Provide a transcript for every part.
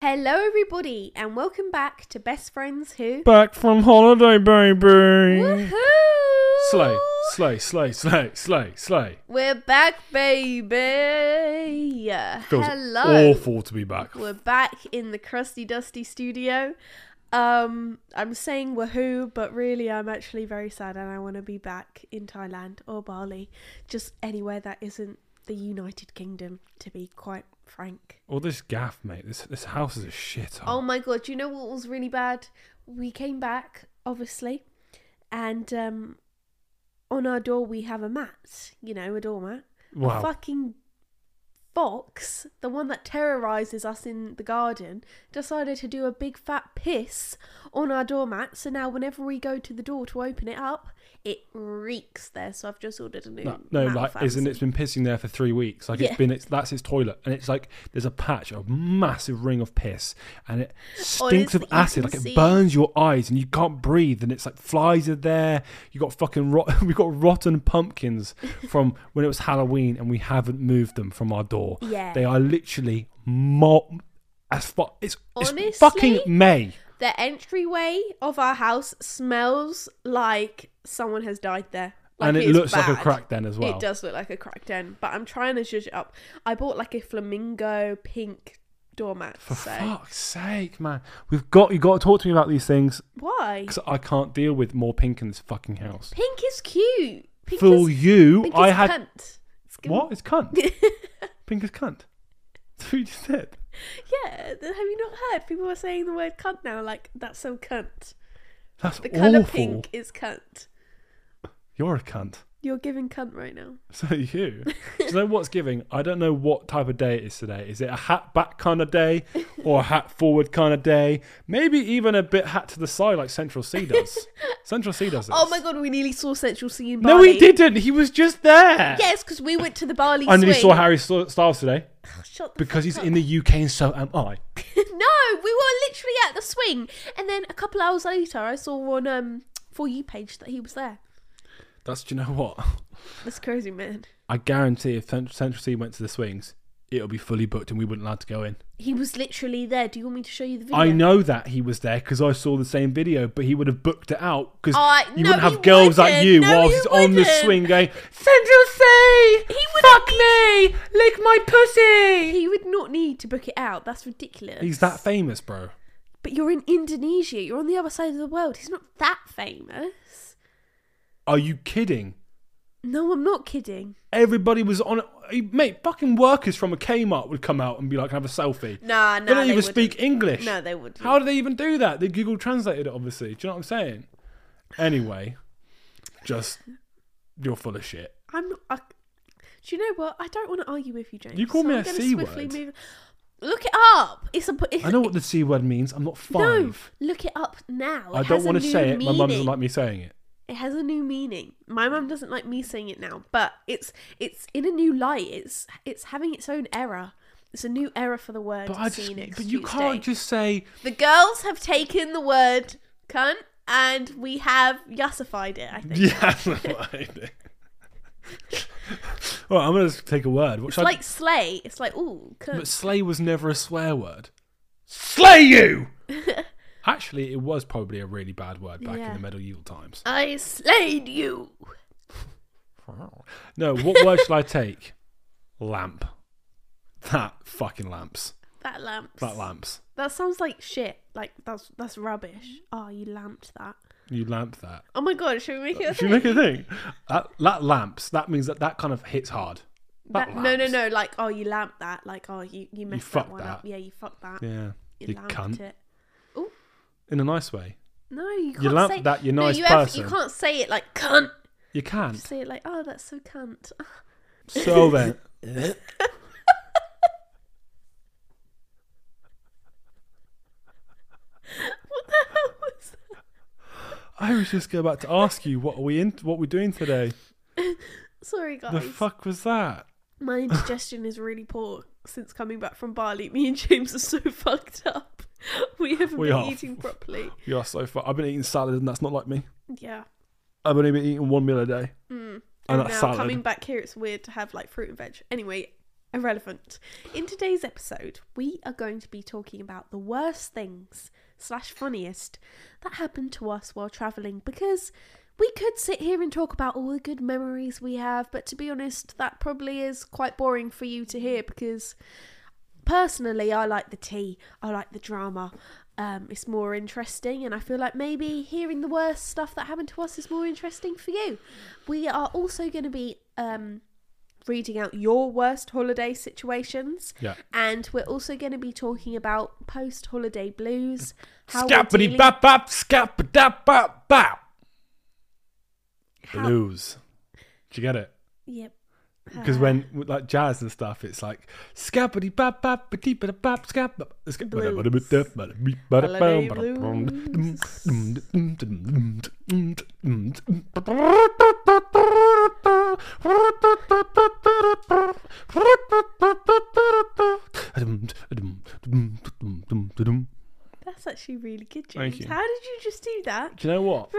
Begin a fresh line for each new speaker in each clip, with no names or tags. Hello, everybody, and welcome back to Best Friends Who.
Back from holiday, baby.
Woohoo!
Slay, slay, slay, slay, slay, slay.
We're back, baby.
Feels
Hello.
awful to be back.
We're back in the crusty, dusty studio. Um, I'm saying woohoo, but really, I'm actually very sad, and I want to be back in Thailand or Bali, just anywhere that isn't the United Kingdom, to be quite frank.
All this gaff, mate. This this house is a shit.
Oh my god, you know what was really bad? We came back, obviously, and um on our door we have a mat, you know, a doormat.
wow.
Fucking fox, the one that terrorizes us in the garden, decided to do a big fat piss on our doormat, so now whenever we go to the door to open it up, it reeks there. So I've just ordered a new
No, no
mat
like
for
isn't it's
Amazon.
been pissing there for three weeks. Like
Yeah.
it's been it's that's its toilet, and it's like there's a patch, a massive ring of piss, and it stinks
Honestly,
of
you can
acid. Like it
see-
burns your eyes, and you can't breathe, and it's like flies are there. You got fucking rot- we got rotten pumpkins from when it was Halloween, and we haven't moved them from our door.
Yeah.
they are literally malt as fuck. It's, it's fucking
Honestly?
May.
The entryway of our house smells like someone has died there. Like,
and it
it's
looks like a
bad.
crack den as well.
It does look like a crack den, but I'm trying to judge it up. I bought like a flamingo pink doormat.
For
so
fuck's sake, man! We've got you. Got to talk to me about these things.
why?
because I can't deal with more pink in this fucking house.
Pink is cute. Pink
Fool
is,
you!
pink
I
is
had
cunt. It's good.
what? It's cunt. pink is cunt. That's what you just said.
Yeah, th- have you not heard? People are saying the word cunt now. Like that's so cunt.
That's
The color
awful.
pink is cunt.
You're a cunt.
You're giving cunt right now.
So are you. Do you know what's giving? I don't know what type of day it is today. Is it a hat back kind of day, or a hat forward kind of day? Maybe even a bit hat to the side like Central C does. Central C does this.
Oh my god, we nearly saw Central C in Bali.
No, he didn't. He was just there.
Yes, because we went to the Bali.
I nearly
swing.
saw Harry St- Styles today
Shut the
because
fuck
he's
up.
in the UK and so am I.
no, we were literally at the swing, and then a couple hours later, I saw on um for you page that he was there.
That's do you know what?
That's crazy, man.
I guarantee if Cent- Central C went to the swings, it'll be fully booked and we wouldn't allowed to go in.
He was literally there. Do you want me to show you the video?
I know that he was there because I saw the same video, but he would have booked it out because
Oh,
you
no,
wouldn't have
he
girls like
wouldn't.
you
No,
whilst
he
it's on the
wouldn't.
swing going, Central C!
He would
Fuck me! Lick my pussy!
He would not need to book it out. That's ridiculous.
He's that famous, bro.
But you're in Indonesia. You're on the other side of the world. He's not that famous.
Are you kidding?
No, I'm not kidding.
Everybody was on. Mate, fucking workers from a Kmart would come out and be like, have a selfie.
Nah, nah.
they don't even
wouldn't.
speak English.
No, they wouldn't.
How do they even do that? They Google translated it, obviously. Do you know what I'm saying? Anyway, just you're full of shit.
I'm not. I, do you know what? I don't want to argue with you, James.
You call me
I'm
a
gonna
C
swiftly
word.
move- Look it up. It's a. It's,
I know what the c word means. I'm not
No,
five.
look it up now.
I
It
don't
has a
want to
new
say it. My mum doesn't
meaning.
like me saying it.
It has a new meaning. My mum doesn't like me saying it now, but it's it's in a new light. It's it's having its own error. It's a new error for the word.
But I
see
just,
next
but you
Tuesday.
can't just say
The girls have taken the word cunt and we have yassified it. I think.
yeah. well, I'm gonna take a word. Which
It's
I,
like slay. It's like ooh cunt.
but slay was never a swear word. Slay you. Actually, it was probably a really bad word back
Yeah.
in the medieval times.
I slayed you.
No, what word shall I take? Lamp. That fucking lamps.
That lamps.
That lamps.
That sounds like shit. Like that's that's rubbish. Oh, you lamped that.
You lamp that.
Oh my god, should we make it? A
Should you
thing?
make a thing? That, that lamps. That means that that kind of hits hard. That
That- no, no,
lamps.
no. Like, oh, you lamped that. Like, oh, you you messed that
fucked
one up.
that.
Yeah, you fucked that.
Yeah.
You,
You
lamped
cunt.
it. Oh
In a nice way.
no, you can't
lamped
say
that, you
no,
nice
you have-
person.
you can't say it like cunt.
You can.
You say it like, oh, that's so cunt.
So then.
what the hell was that?
I was just about to ask you what are we in what we're doing today.
Sorry, guys.
The fuck was that?
My indigestion is really poor since coming back from Bali. Me and James are so fucked up. We haven't
We
been
are.
eating properly.
You are so far. I've been eating salad and that's not like me.
Yeah.
I've only been eating one meal a day.
Mm.
And
now
that's salad.
coming back here, it's weird to have like fruit and veg. Anyway, irrelevant. In today's episode, we are going to be talking about the worst things slash funniest that happened to us while traveling because we could sit here and talk about all the good memories we have, but to be honest, that probably is quite boring for you to hear because personally, I like the tea, I like the drama. Um, it's more interesting, and I feel like maybe hearing the worst stuff that happened to us is more interesting for you. We are also going to be um, reading out your worst holiday situations.
Yeah.
And we're also going to be talking about post holiday blues. how we're
Scappity
dealing-
bap bap, scappa dap bap bap.
how-
Blues. Do you get it?
Yep.
Because when with, like jazz and stuff, it's like scabbity bap bap ba dee ba da bap scab.
Holiday
Do
That's actually really good, James.
Thank you.
How did you just do that?
you know what?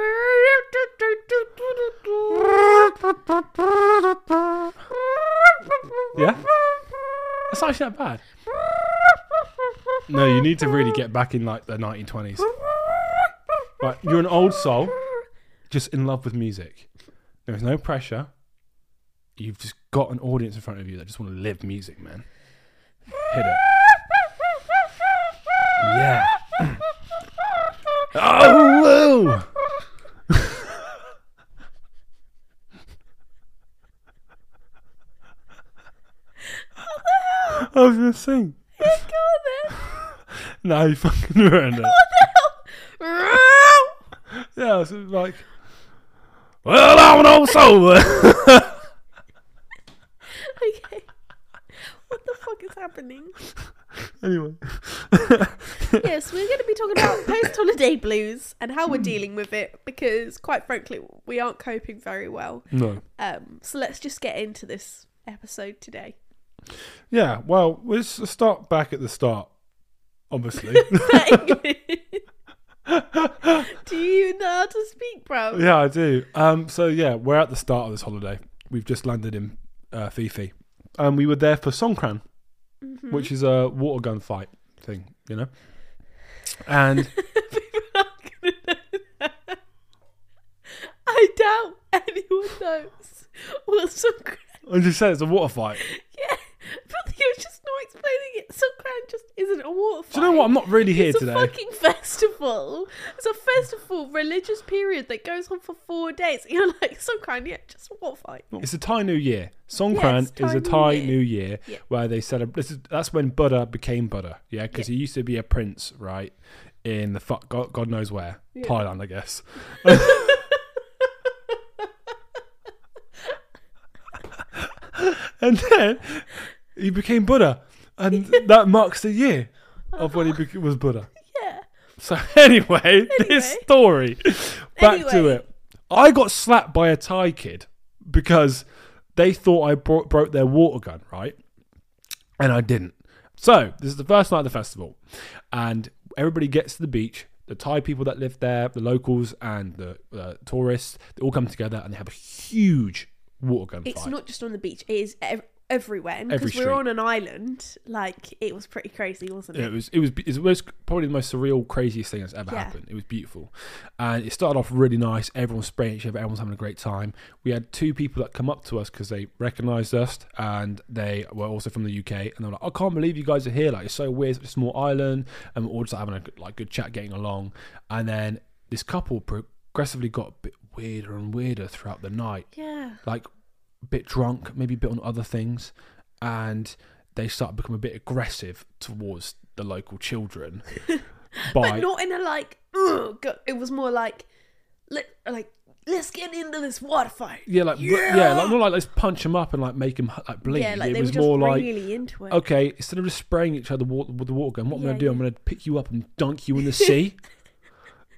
Yeah? That's not actually that bad. No, you need to really get back in like the 1920s. Right, you're an old soul, just in love with music. There's no pressure. You've just got an audience in front of you that just want to live music, man. Hit it. Yeah. Oh, whoa. I was gonna sing.
Go on then.
No, you fucking ruined it.
What the hell?
Yeah, I was like, well, I'm an old soul.
uh, okay. What the fuck is happening?
anyway,
Yes, we're going to be talking about post holiday blues and how we're dealing with it because, quite frankly, we aren't coping very well.
no.
Um, so let's just get into this episode today.
Yeah, well, let's start back at the start. Obviously,
Do you know how to speak, bro?
yeah, I do. Um, so yeah, we're at the start of this holiday. We've just landed in uh, Fifi, and we were there for Songkran,
Mm-hmm.
which is a water gun fight thing, you know. And
People aren't gonna know that. I doubt anyone knows what Songkran.
I just said it's a water fight.
Yeah, but you're just not explaining it. Songkran just isn't a water
Do you know what? I'm not really here
It's a
today.
fucking festival. It's a festival, religious period that goes on for four days. You're like Songkran, yeah, just a water fight.
It's a Thai New Year.
Yeah,
Songkran
it's Thai
is a
New
Thai
Year.
New Year
Yeah.
where they celebrate. This is that's when Buddha became Buddha. Yeah, because he used to be a prince, right? In the fuck, God, God knows where, Thailand, I guess. and then he became Buddha, and that marks the year of when he bec was Buddha.
Yeah.
So anyway, this
Anyway.
story. Back to
Anyway.
it. I got slapped by a Thai kid because they thought I bro- broke their water gun, right? And I didn't. So this is the first night of the festival, and everybody gets to the beach. The Thai people that live there, the locals and the uh, tourists, they all come together and they have a huge water gun
It's
fight.
not just on the beach. It is ev- everywhere. And
Every
because
street.
we're on an island, like it was pretty crazy, wasn't
Yeah,
it?
it was it was it was most, probably the most surreal, craziest thing that's ever
Yeah.
happened. It was beautiful, and it started off really nice. Everyone's spraying each other, everyone's having a great time. We had two people that come up to us because they recognised us, and they were also from the UK, and they were like, "I can't believe you guys are here! Like it's so weird, it's a small island, and we're all just having a good, like good chat, getting along." And then this couple progressively got a bit weirder and weirder throughout the night
yeah.
like a bit drunk, maybe a bit on other things, and they start to become a bit aggressive towards the local children.
but
by
not in a like ugh, go- it was more like let like let's get into this water fight
yeah, like yeah, like not like let's punch them up and like make them like bleed.
yeah like
it
they
was
were just
more like
really into it
okay, instead of just spraying each other water, with the water gun, what I'm
Yeah,
gonna do? I'm gonna pick you up and dunk you in the sea.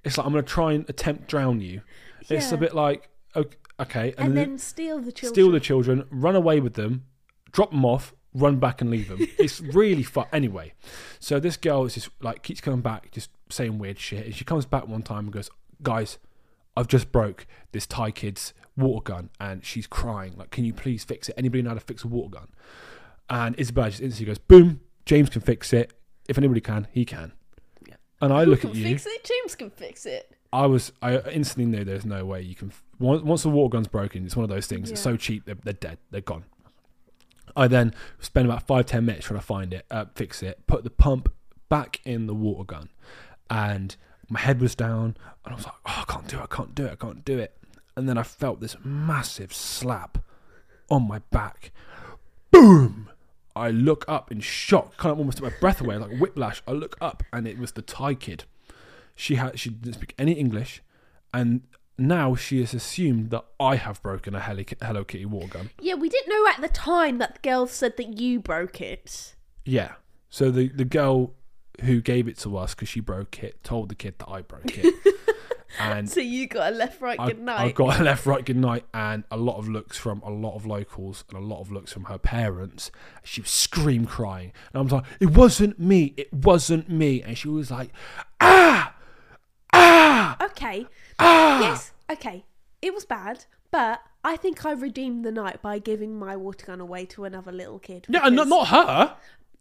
it's like I'm gonna try and attempt drown you. It's a
Yeah.
bit like okay, okay and,
and
then
then steal the children
steal the children, run away with them, drop them off, run back and leave them. it's really fun. Anyway, so this girl is just like keeps coming back, just saying weird shit. And she comes back one time and goes, "Guys, I've just broke this Thai kid's water gun," and she's crying like, "Can you please fix it? Anybody know how to fix a water gun?" And Isabel just instantly goes, boom, James can fix it. If anybody can, he can.
Yeah.
And I
Who
look
can
at you.
fix it? James can fix it.
I was I instantly knew there's no way you can once, once the water gun's broken it's one of those things it's
Yeah.
so cheap they're, they're dead they're gone I then spend about five ten minutes trying to find it uh, fix it put the pump back in the water gun and my head was down and I was like oh I can't do it I can't do it I can't do it and then I felt this massive slap on my back boom I look up in shock kind of almost took my breath away like whiplash I look up and it was the Thai kid she had she didn't speak any English, and now she has assumed that I have broken a Hello Ki- Hello Kitty water gun.
Yeah, we didn't know at the time that the girl said that you broke it.
Yeah. So the the girl who gave it to us because she broke it told the kid that I broke it, and
So you got a left right
I,
good
I
night.
got a left right good night and a lot of looks from a lot of locals and a lot of looks from her parents. She was scream crying, and I was like, "It wasn't me! It wasn't me!" And she was like, "Ah, ah,
okay.
ah!"
Yes, okay. It was bad, but I think I redeemed the night by giving my water gun away to another little kid.
Yeah, and not,
because-
not her.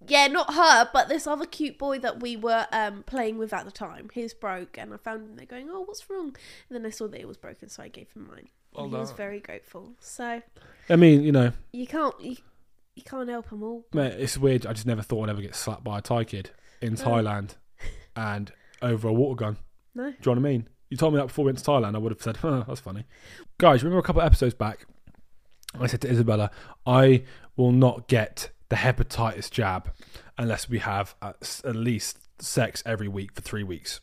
Yeah, not her, but this other cute boy that we were um, playing with at the time. His broke, and I found him there going, "Oh, what's wrong?" And then I saw that it was broken, so I gave him mine.
Well
and he was
done.
very grateful. So
I mean, you know,
you can't you, you can't help them all.
Mate, it's weird. I just never thought I'd ever get slapped by a Thai kid in Thailand and over a water gun.
No.
Do you know what I mean? You told me that before we went to Thailand, I would have said, huh, that's funny. Guys, remember a couple of episodes back, I said to Isabella, I will not get the hepatitis jab unless we have at, s- at least sex every week for three weeks.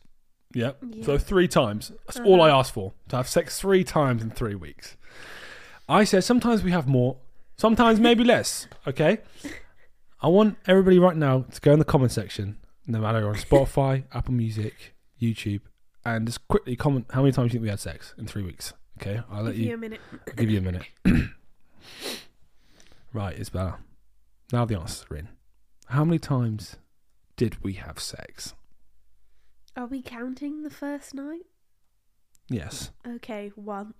Yep.
Yeah. Uh-huh.
So three times. That's all I asked for. To have sex three times in three weeks. I said sometimes we have more, sometimes maybe less. Okay. I want everybody right now to go in the comment section, no matter you're on Spotify, Apple Music, YouTube, and just quickly comment how many times you think we had sex in three weeks. Okay. I'll let
Give you
you.
a minute.
I'll give you a minute. right, Isabella. Now the answers are in. How many times did we have sex?
Are we counting the first night?
Yes.
Okay, one.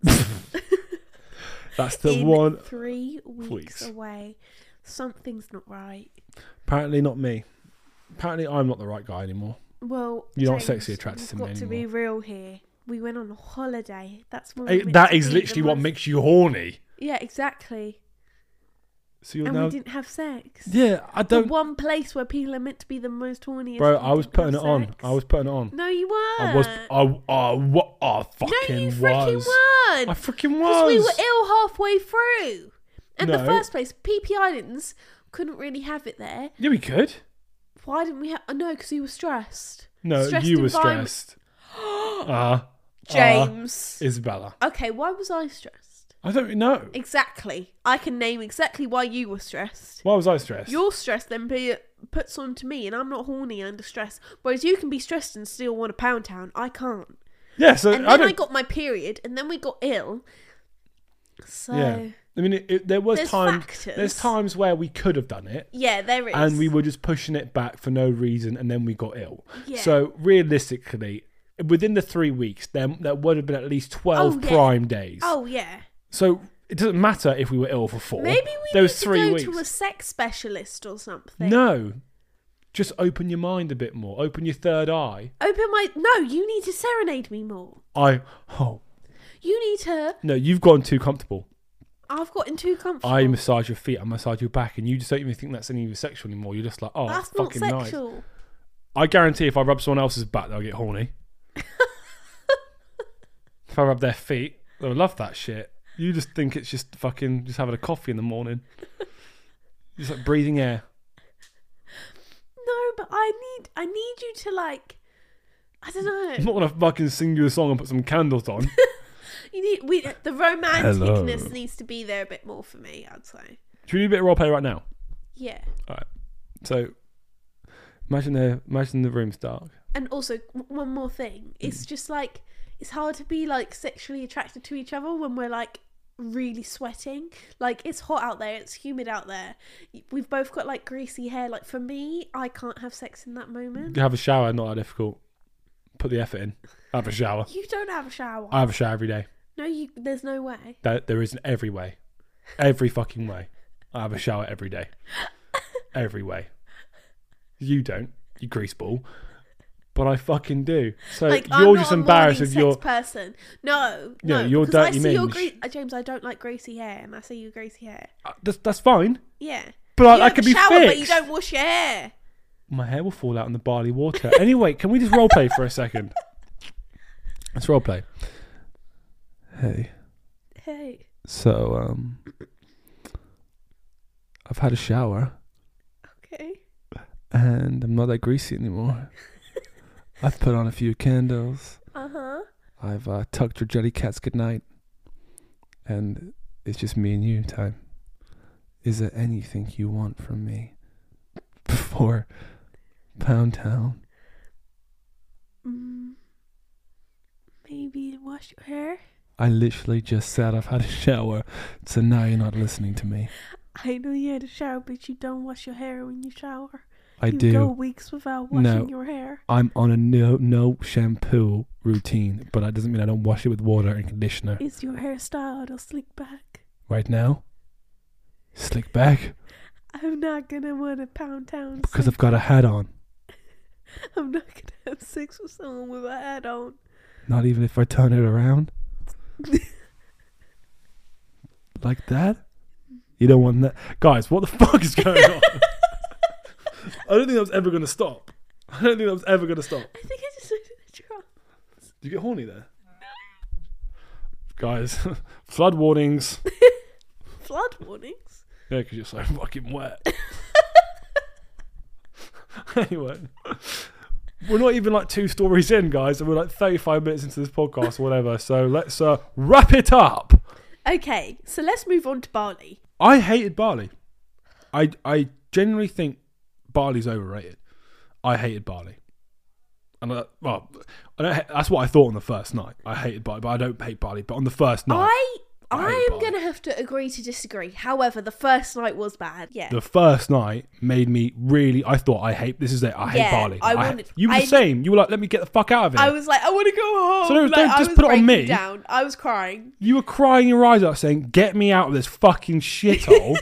That's the
In
one.
Three weeks,
Weeks.
away. Something's not right.
Apparently not me. Apparently I'm not the right guy anymore.
Well,
You're not
James,
sexually attracted
we've
to me
got to be real here. We went on a holiday. That's when
Eh,
we're meant
that
to
is
be the
literally what
most-
makes you horny.
Yeah, exactly.
So you're
and
now.
we didn't have sex.
Yeah, I
The
don't.
one place where people are meant to be the most horniest.
Bro,
and
I was
didn't
putting it
have
on.
sex.
I was putting it on.
No, you were.
I was. I. I. What? I fucking
Uh, no, you
was.
freaking
I
weren't.
freaking
Because
was.
we were ill halfway through. In the
No.
first place, PP Islands couldn't really have it there.
yeah, we could.
Why didn't we have? Oh, no, because he was stressed.
No,
Stressed
you were
environment.
stressed. Ah,
James.
Isabella.
okay, why was I stressed?
I don't know.
Exactly. I can name exactly why you were stressed.
Why was I stressed?
Your stress then be, puts on to me, and I'm not horny under stress. Whereas you can be stressed and still want a pound town. I can't.
yeah, so
And
I
then I,
don't.
got my period, and then we got ill. So
yeah,
yeah,
I mean, it, it, there was
There's
time.
factors.
There's times where we could have done it,
there it is.
and we were just pushing it back for no reason, and then we got ill.
Yeah.
So realistically, within the three weeks, there there would have been at least twelve
Oh, yeah.
prime days.
Oh yeah.
So it doesn't matter if we were ill for four.
Maybe we need
there was
to
three
go
weeks.
to a sex specialist or something.
no, just open your mind a bit more. Open your third eye.
Open my. No, you need to serenade me more.
I oh
You need to.
no, you've gotten too comfortable.
I've gotten too comfortable.
I massage your feet, I massage your back, and you just don't even think that's any of your sexual anymore. You're just like, oh,
That's
that's,
not
fucking nice.
sexual.
I guarantee if I rub someone else's back, they'll get horny. if I rub their feet, they'll love that shit. You just think it's just fucking just having a coffee in the morning, just like breathing air.
No, but I need. I need you to like. I don't know.
I'm not gonna fucking sing you a song and put some candles on.
You need we the romanticness needs to be there a bit more for me. I'd say.
Should we do a bit of role play right now?
Yeah,
So imagine the imagine the room's dark.
and also w- one more thing.
Hmm.
It's just like it's hard to be like sexually attracted to each other when we're like really sweating. Like it's hot out there. It's humid out there. We've both got like greasy hair. Like for me, I can't have sex in that moment.
Have a shower, not that difficult. Put the effort in. Have a shower.
You don't have a shower.
I have a shower every day.
no, you. There's no way.
That there is in every way, every fucking way. I have a shower every day. every way. You don't, you greaseball. But I fucking do. So
Like
you're
I'm
just
not
embarrassed
a
if
morning
you're
sex person. No, no.
Yeah, you're
because I
dirty
see your
minge.
gre- uh, James. I don't like greasy hair, and I see your greasy hair.
uh, that's, that's fine.
Yeah,
But I,
you
I
don't
can be
shower,
fixed.
but you don't wash your hair.
My hair will fall out in the barley water. anyway, can we just role play for a second? Let's role play. Hey,
Hey,
so um, I've had a shower
okay.
and I'm not that greasy anymore. I've put on a few candles.
Uh huh.
I've uh, tucked your jelly cats goodnight, and it's just me and you time. Is there anything you want from me before Pound Town?
Mm, maybe wash your hair.
I literally just said I've had a shower, so now you're not listening to me.
I know you had a shower, but you don't wash your hair when you shower.
I
you
do.
go weeks without washing
No.
your hair.
I'm on a no no shampoo routine, but that doesn't mean I don't wash it with water and conditioner.
Is your hair styled or slick back?
Right now, slick back
I'm not gonna want a pound town.
because I've got a hat on.
I'm not gonna have sex with someone with a hat on.
Not even if I turn it around. like that? You don't want that. Guys, what the fuck is going on? I don't think that was ever going to stop. I don't think that was ever going to stop.
I think I just went to the drop.
Did you get horny there? Guys, flood warnings.
Flood warnings.
Yeah, because you're so fucking wet. anyway, we're not even like two stories in, guys, and we're like 35 minutes into this podcast or whatever. So let's uh, wrap it up.
Okay, so let's move on to Bali.
I hated barley. I I genuinely think barley's overrated. I hated barley, and I, well, I don't. ha- That's what I thought on the first night. I hated barley, but I don't hate barley. But on the first night,
I
I
I
hate
am
Bali.
gonna have to agree to disagree. However, the first night was bad. Yeah.
the first night made me really. I thought I hate. This is it. I hate
Yeah,
barley.
I
ha-
wanted-
you were
I-
the same. You were like, let me get the fuck out of here.
I was like, I want to go home.
So no,
like,
don't-
I
just
was
put it
breaking
on me.
Down. I was crying.
you were crying your eyes out, saying, "Get me out of this fucking shithole."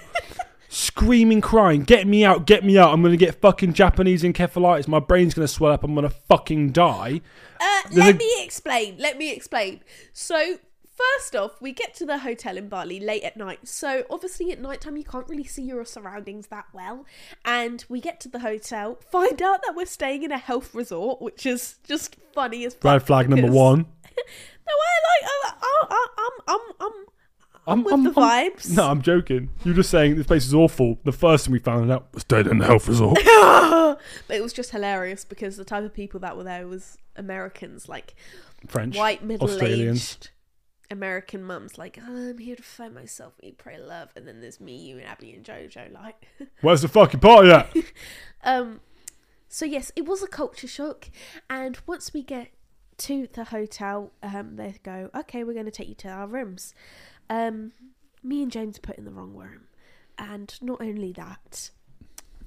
Screaming, crying, get me out, get me out. I'm gonna get fucking Japanese encephalitis. My brain's gonna swell up. I'm gonna fucking die.
Uh,
There's
let
a-
me explain. Let me explain. So, first off, we get to the hotel in Bali late at night. So, obviously, at nighttime, you can't really see your surroundings that well. And we get to the hotel, find out that we're staying in a health resort, which is just funny as fuck.
Red flag number
because-
one.
No, I like. I, I, I, I'm, I'm, I'm.
I'm
with the vibes.
no, I'm joking. You're just saying this place is awful. The first thing we found out was dead in the health resort.
But it was just hilarious because the type of people that were there was Americans, like
French,
white
Australians.
middle-aged American mums like "Oh, I'm here to find myself, we pray love, and then there's me, you, and Abby and JoJo. Like,
Where's the fucking party at?
um, so yes, it was a culture shock, and once we get to the hotel, um, they go, okay, we're going to take you to our rooms. Um, me and James put in the wrong room, and not only that,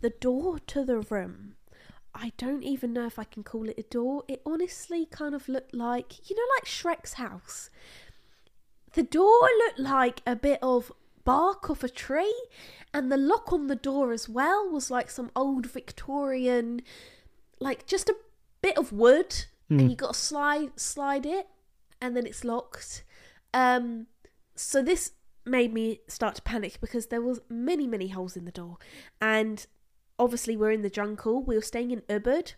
the door to the room. I don't even know if I can call it a door. It honestly kind of looked like, you know, like Shrek's house. The door looked like a bit of bark off a tree, and the lock on the door as well was like some old Victorian, like just a bit of wood, and you got to slide slide it, and then it's locked. Um, so this made me start to panic because there was many many holes in the door, and obviously we're in the jungle. We were staying in Ubud,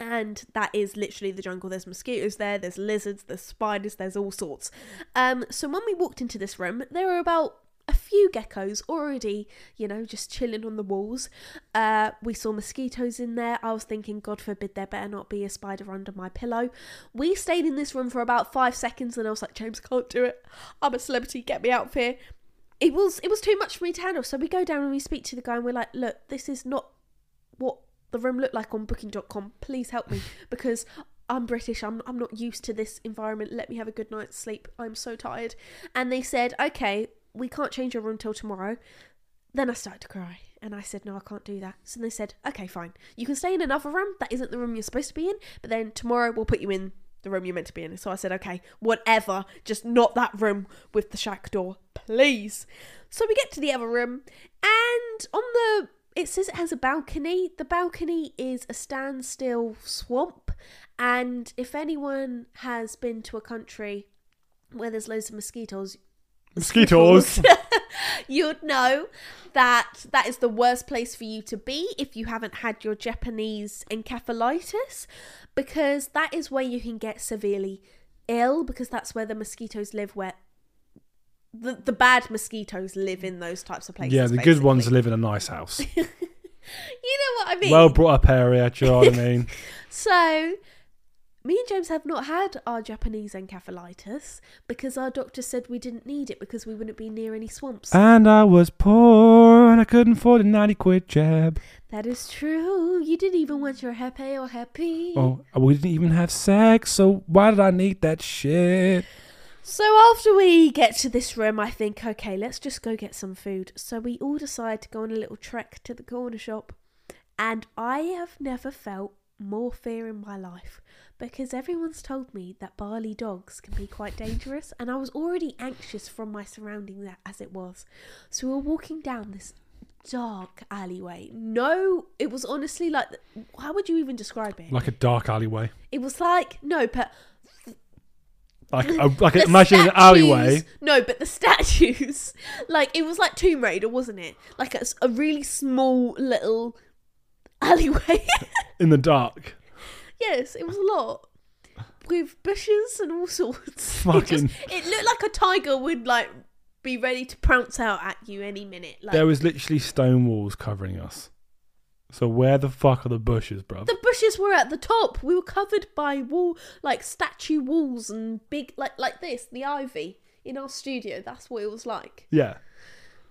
and that is literally the jungle. There's mosquitoes there, there's lizards, there's spiders, there's all sorts. Um, so when we walked into this room, there were about a few geckos already, you know, just chilling on the walls. Uh, we saw mosquitoes in there. I was thinking, God forbid, there better not be a spider under my pillow. We stayed in this room for about five seconds, and I was like, James can't do it. I'm a celebrity. Get me out of here it was it was too much for me to handle. So we go down and we speak to the guy and we're like, look, this is not what the room looked like on booking.com. Please help me because I'm British. I'm I'm not used to this environment. Let me have a good night's sleep. I'm so tired. And they said, okay, we can't change your room till tomorrow. Then I started to cry and I said, no, I can't do that. So they said, okay, fine. You can stay in another room. That isn't the room you're supposed to be in. But then tomorrow we'll put you in the room you're meant to be in. So I said, okay, whatever. Just not that room with the shack door, please. So we get to the other room and on the it says it has a balcony. The balcony is a standstill swamp, and if anyone has been to a country where there's loads of mosquitoes,
Mosquitoes.
you'd know that that is the worst place for you to be if you haven't had your Japanese encephalitis, because that is where you can get severely ill, because that's where the mosquitoes live, where the, the bad mosquitoes live in those types of places.
yeah, the good
basically.
ones live in a nice house.
You know what I mean?
well brought up area, do you know what I mean?
So, me and James have not had our Japanese encephalitis because our doctor said we didn't need it because we wouldn't be near any swamps.
and I was poor and I couldn't afford a 90 quid jab.
that is true. You didn't even want your happy or happy.
Oh, we didn't even have sex, so why did I need that shit?
So, after we get to this room, I think, okay, let's just go get some food. So, we all decide to go on a little trek to the corner shop. And I have never felt more fear in my life because everyone's told me that barley dogs can be quite dangerous. And I was already anxious from my surroundings a- as it was. So, we were walking down this dark alleyway. No, it was honestly like, how would you even describe it?
Like a dark alleyway.
It was like, no, but
Like, a, like
the
imagine an alleyway.
statues- No, but the statues, like it was like Tomb Raider, wasn't it? Like a, s- a really small little alleyway.
in the dark.
yes, it was a lot with bushes and all sorts.
Fucking-
It, just, it looked like a tiger would like be ready to pounce out at you any minute. Like
There was literally stone walls covering us. So where the fuck are the bushes, bruv?
the bushes were at the top. We were covered by wall, like statue walls and big, like like this, the ivy in our studio. That's what it was like.
yeah,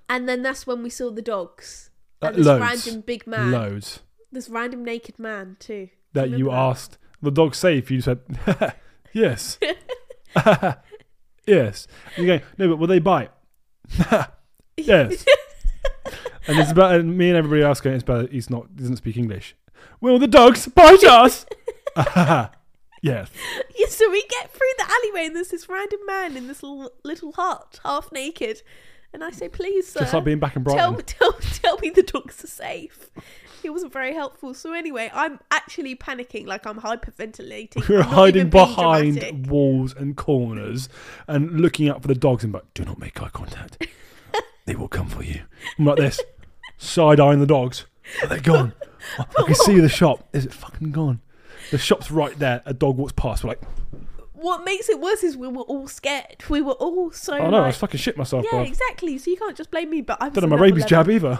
And then that's when we saw the dogs.
Uh,
And this
loads.
random big man.
loads.
This random naked man, too.
That you
Remember
asked the dog safe, you said yes, yes. And you go no, but will they bite? yes. and it's about and me and everybody else going. It's about he's not doesn't speak English. Will the dogs bite us? yes.
Yeah, so we get through the alleyway and there's this random man in this little, little hut, half naked. And I say, please, sir.
Just like being back in
tell,
Brighton.
me- tell, tell me the dogs are safe. He wasn't very helpful. So anyway, I'm actually panicking, like I'm hyperventilating.
we were
I'm not
hiding
even being
behind
dramatic.
walls and corners and looking out for the dogs and like, do not make eye contact. they will come for you. I'm like this, side eyeing the dogs. Are they gone? I I can see the shop. Is it fucking gone? The shop's right there. A dog walks past. We're like,
What makes it worse is we were all scared. We were all so.
oh no, I
like-
was fucking shit myself,
yeah,
bro.
exactly. So you can't just blame me, but I've
Don't have my rabies jab either.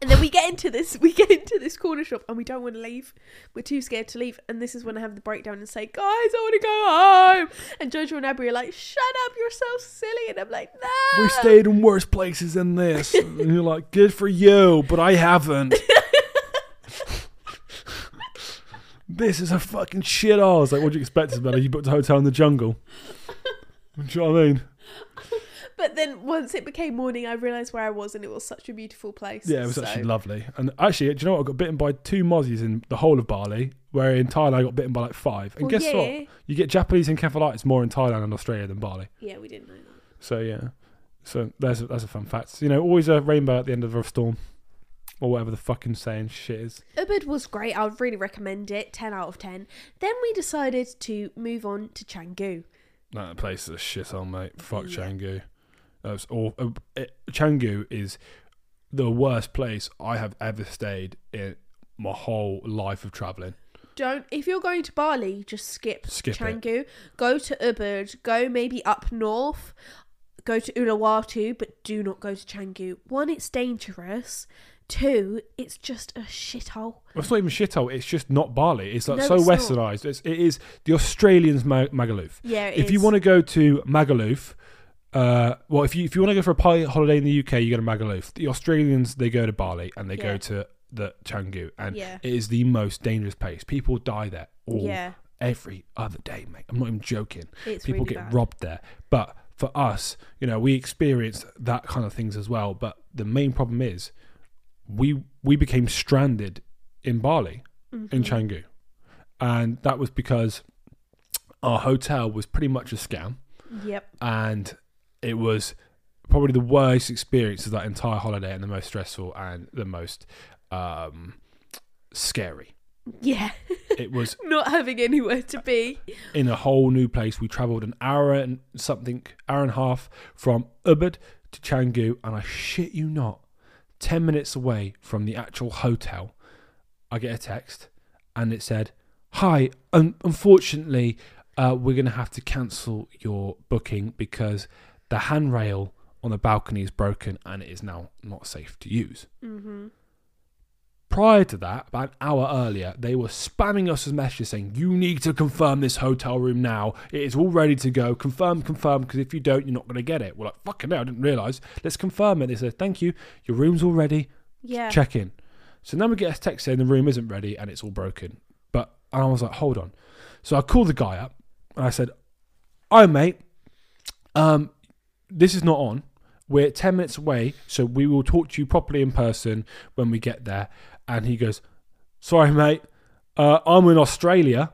And then we get into this, we get into this corner shop, and we don't want to leave. We're too scared to leave. And this is when I have the breakdown and say, "Guys, I want to go home." And Jojo and Abby are like, "Shut up, you're so silly." And I'm like, "No."
We stayed in worse places than this. and you're like, good for you, but I haven't. this is a fucking shit hole. It's like, what do you expect us about? You booked a hotel in the jungle. Do you know what I mean?
But then once it became morning, I realized where I was, and it was such a beautiful place.
Yeah, it was
So-
actually lovely. And actually, do you know what? I got bitten by two mozzies in the whole of Bali, where in Thailand I got bitten by like five. And
Well,
guess
yeah.
what? You get Japanese encephalitis more in Thailand and Australia than Bali.
Yeah, we didn't know that.
So yeah, so that's a, that's a fun fact. You know, always a rainbow at the end of a storm, or whatever the fucking saying shit is.
Ubud was great. I would really recommend it. Ten out of ten. Then we decided to move on to Canggu.
No, that place is a shithole, mate. Fuck
Yeah.
Changu. That's all. Uh, it- Changu is the worst place I have ever stayed in my whole life of traveling.
Don't if you're going to Bali, just skip,
Skip it.
Canggu. Go to Ubud. Go maybe up north. Go to Uluwatu, but do not go to Canggu. One, it's dangerous. Two, it's just a shithole.
It's not even shithole. It's just not Bali. It's like
No,
so
it's not.
westernized. It's, it is the Australians' Ma- Magaluf.
Yeah, it
if you
is.
want to go to Magaluf, uh, well, if you if you want to go for a pilot holiday in the UK, you go to Magaluf. The Australians they go to Bali and they
Yeah.
go to the Changu, and
Yeah.
it is the most dangerous place. People die there all
Yeah.
every other day, mate. I'm not even joking.
It's
People
really
get
bad.
robbed there, but for us, you know, we experienced that kind of things as well. But the main problem is we we became stranded in Bali,
Mm-hmm.
in Canggu, and that was because our hotel was pretty much a scam,
Yep.
and it was probably the worst experience of that entire holiday and the most stressful and the most um, scary.
Yeah.
It was
Not having anywhere to be.
in a whole new place. We travelled an hour and something, hour and a half from Ubud to Canggu, and I shit you not, ten minutes away from the actual hotel, I get a text, and it said, "Hi, un- unfortunately, uh, we're going to have to cancel your booking because the handrail on the balcony is broken and it is now not safe to use."
Mm-hmm.
prior to that, about an hour earlier, they were spamming us with messages saying, You need to confirm this hotel room now. It is all ready to go. Confirm, confirm, because if you don't, you're not going to get it. We're like, Fucking hell, I didn't realize. Let's confirm it. They said, Thank you. Your room's all ready.
Yeah.
Check in. So now we get a text saying the room isn't ready and it's all broken. But and I was like, Hold on. So I called the guy up and I said, Oh, mate, um, this is not on. We're 10 minutes away, so we will talk to you properly in person when we get there. And he goes, Sorry, mate, uh, I'm in Australia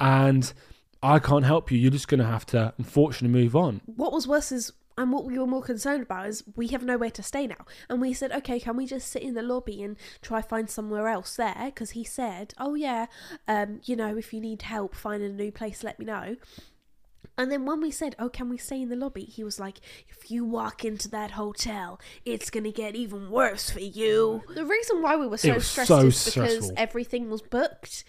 and I can't help you. You're just going to have to, unfortunately, move on.
What was worse is, and what we were more concerned about is, we have nowhere to stay now. And we said, okay, can we just sit in the lobby and try find somewhere else there? Because he said, oh yeah, um, you know, if you need help finding a new place, let me know. And then when we said, oh, can we stay in the lobby? He was like, if you walk into that hotel, it's going to get even worse for you. The reason why we were so
was
stressed
so
is because
stressful.
everything was booked.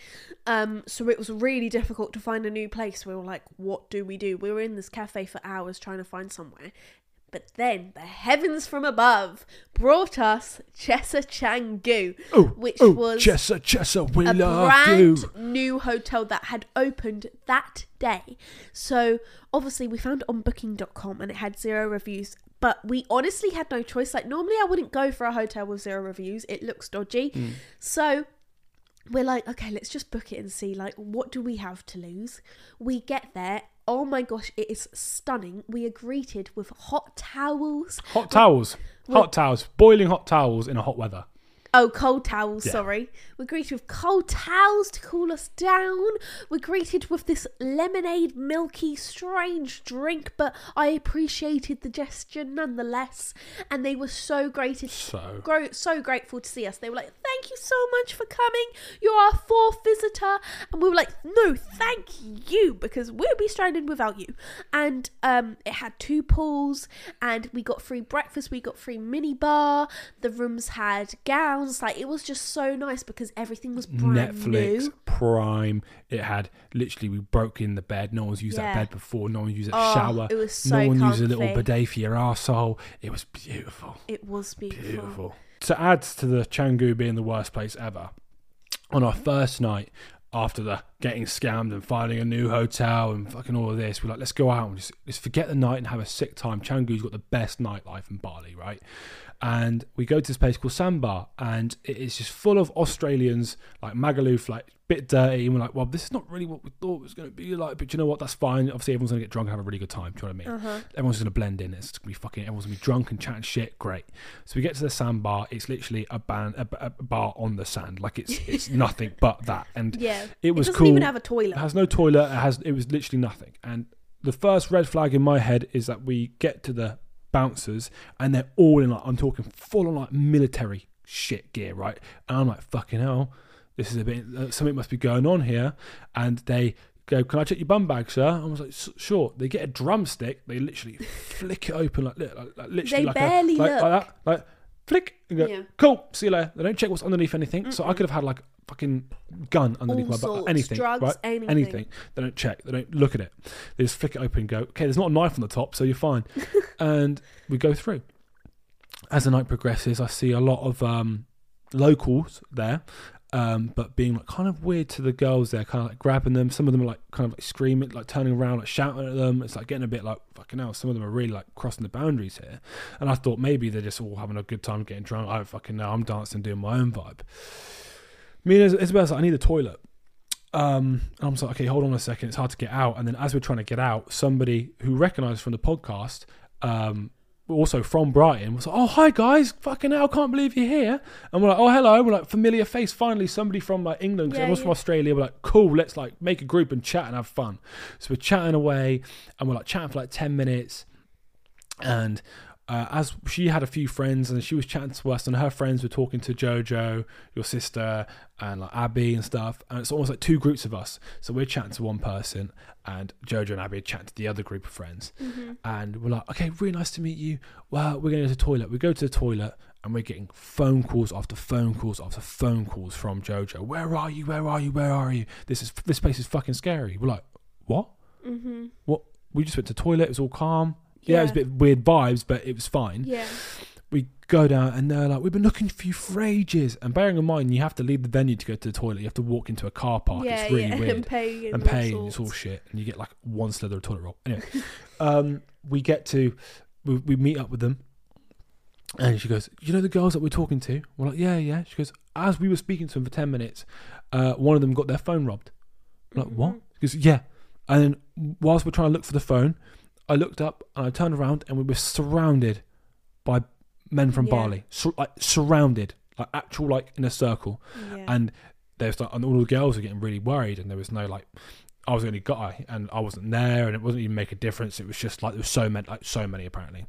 Um, so it was really difficult to find a new place. We were like, what do we do? We were in this cafe for hours trying to find somewhere. But then the heavens from above brought us Chesa Changu,
Oh,
which
oh,
was
Chessa, Chessa, we
a
love
brand
you.
new hotel that had opened that day. So obviously we found it on booking.com and it had zero reviews. But we honestly had no choice. Like normally I wouldn't go for a hotel with zero reviews. It looks dodgy.
Mm.
So we're like, okay, let's just book it and see like what do we have to lose? We get there. Oh my gosh, it is stunning. We are greeted with hot towels.
Hot towels. Hot towels. Boiling hot towels in a hot weather.
Oh, cold towels,
Yeah.
sorry. We're greeted with cold towels to cool us down. We're greeted with this lemonade, milky, strange drink, but I appreciated the gesture nonetheless. And they were so great.
So
Gro- so grateful to see us. They were like, "Thank you so much for coming. You're our fourth visitor," and we were like, "No, thank you, because we'll be stranded without you." And um, it had two pools, and we got free breakfast. We got free mini bar. The rooms had gowns. Like it was just so nice because everything was brand
Netflix,
new.
Prime. It had literally we broke in the bed. No one's used
Yeah.
that bed before. No one used that
Oh,
shower.
it was so
no one used a little
comfy.
bidet for your arsehole. It was beautiful.
It was beautiful.
Beautiful. To add to the Changu being the worst place ever, on our first night after the getting scammed and finding a new hotel and fucking all of this, we're like, let's go out and just, just forget the night and have a sick time. Changu's got the best nightlife in Bali, right? And we go to this place called Sandbar, and it is just full of Australians, like Magaluf, like bit dirty. And we're like, well, this is not really what we thought it was going to be like, but you know what? That's fine. Obviously, everyone's going to get drunk and have a really good time. Do you know what I mean?
Uh-huh.
Everyone's going to blend in. It's going to be fucking, everyone's going to be drunk and chatting shit. Great. So we get to the sandbar. It's literally a, ban- a, a bar on the sand. Like it's it's nothing but that. And
Yeah,
it was
doesn't
cool.
even have a
It
toilet.
has no toilet. It has it was literally nothing. And the first red flag in my head is that we get to the bouncers and they're all in like I'm talking full on like military shit gear, right? And I'm like fucking hell, this is a bit uh, something must be going on here. And they go, "Can I check your bum bag, sir?" I was like, "S- "Sure." They get a drumstick. They literally flick it open like, li- like, like literally
They
like,
barely
a, like,
look.
like that, like flick and go.
Yeah.
Cool, see you later. They don't check what's underneath anything, so I could have had like a fucking gun underneath
All
my butt,
sorts,
anything,
drugs,
right?
anything.
They don't check. They don't look at it. They just flick it open and go, okay, there's not a knife on the top, so you're fine. and we go through. As the night progresses, I see a lot of um, locals there, um, but being like kind of weird to the girls there, kind of like grabbing them. Some of them are like kind of like screaming, like turning around, like shouting at them. It's like getting a bit like fucking hell. Some of them are really like crossing the boundaries here. And I thought maybe they're just all having a good time getting drunk. I don't fucking know. I'm dancing, doing my own vibe. Me and Is- Isabel's like, I need a toilet. Um, and I'm just like, okay, hold on a second. It's hard to get out. And then as we're trying to get out, somebody who recognised from the podcast, um, also from Brighton, was like, oh, hi guys, fucking hell, can't believe you're here. And we're like, oh, hello. We're like, familiar face. Finally, somebody from like England, 'cause
Yeah,
everyone's
yeah.
from Australia. We're like, cool, let's like make a group and chat and have fun. So we're chatting away and we're like chatting for like 10 minutes and uh, as she had a few friends and she was chatting to us, and her friends were talking to Jojo, your sister, and like Abby and stuff. And it's almost like two groups of us. So we're chatting to one person, and Jojo and Abby are chatting to the other group of friends. And we're like, okay, really nice to meet you. Well, we're going to the toilet. We go to the toilet, and we're getting phone calls after phone calls after phone calls from Jojo. Where are you? Where are you? Where are you? This is this place is fucking scary. We're like, what?
Mm-hmm.
What? We just went to the toilet. It was all calm. Yeah, it was a
Yeah.
bit weird vibes, but it was fine.
Yeah.
We go down and they're like, we've been looking for you for ages. And bearing in mind, you have to leave the venue to go to the toilet. You have to walk into a car park.
yeah,
it's really
yeah.
weird
And pay and,
and
all
pain it's all
sorts.
shit and you get like one slither of toilet roll anyway um we get to we, we meet up with them and she goes you know the girls that we're talking to we're like yeah yeah she goes as we were speaking to them for 10 minutes uh one of them got their phone robbed I'm like what she goes yeah and then whilst we're trying to look for the phone i looked up and i turned around and we were surrounded by men from
Yeah.
barley so, like surrounded like actual like in a circle
Mm-hmm. Yeah.
and there was like, and all the girls were getting really worried, and there was no like, I was the only guy, and I wasn't there, and it wasn't even make a difference. It was just like there was so many, like so many apparently.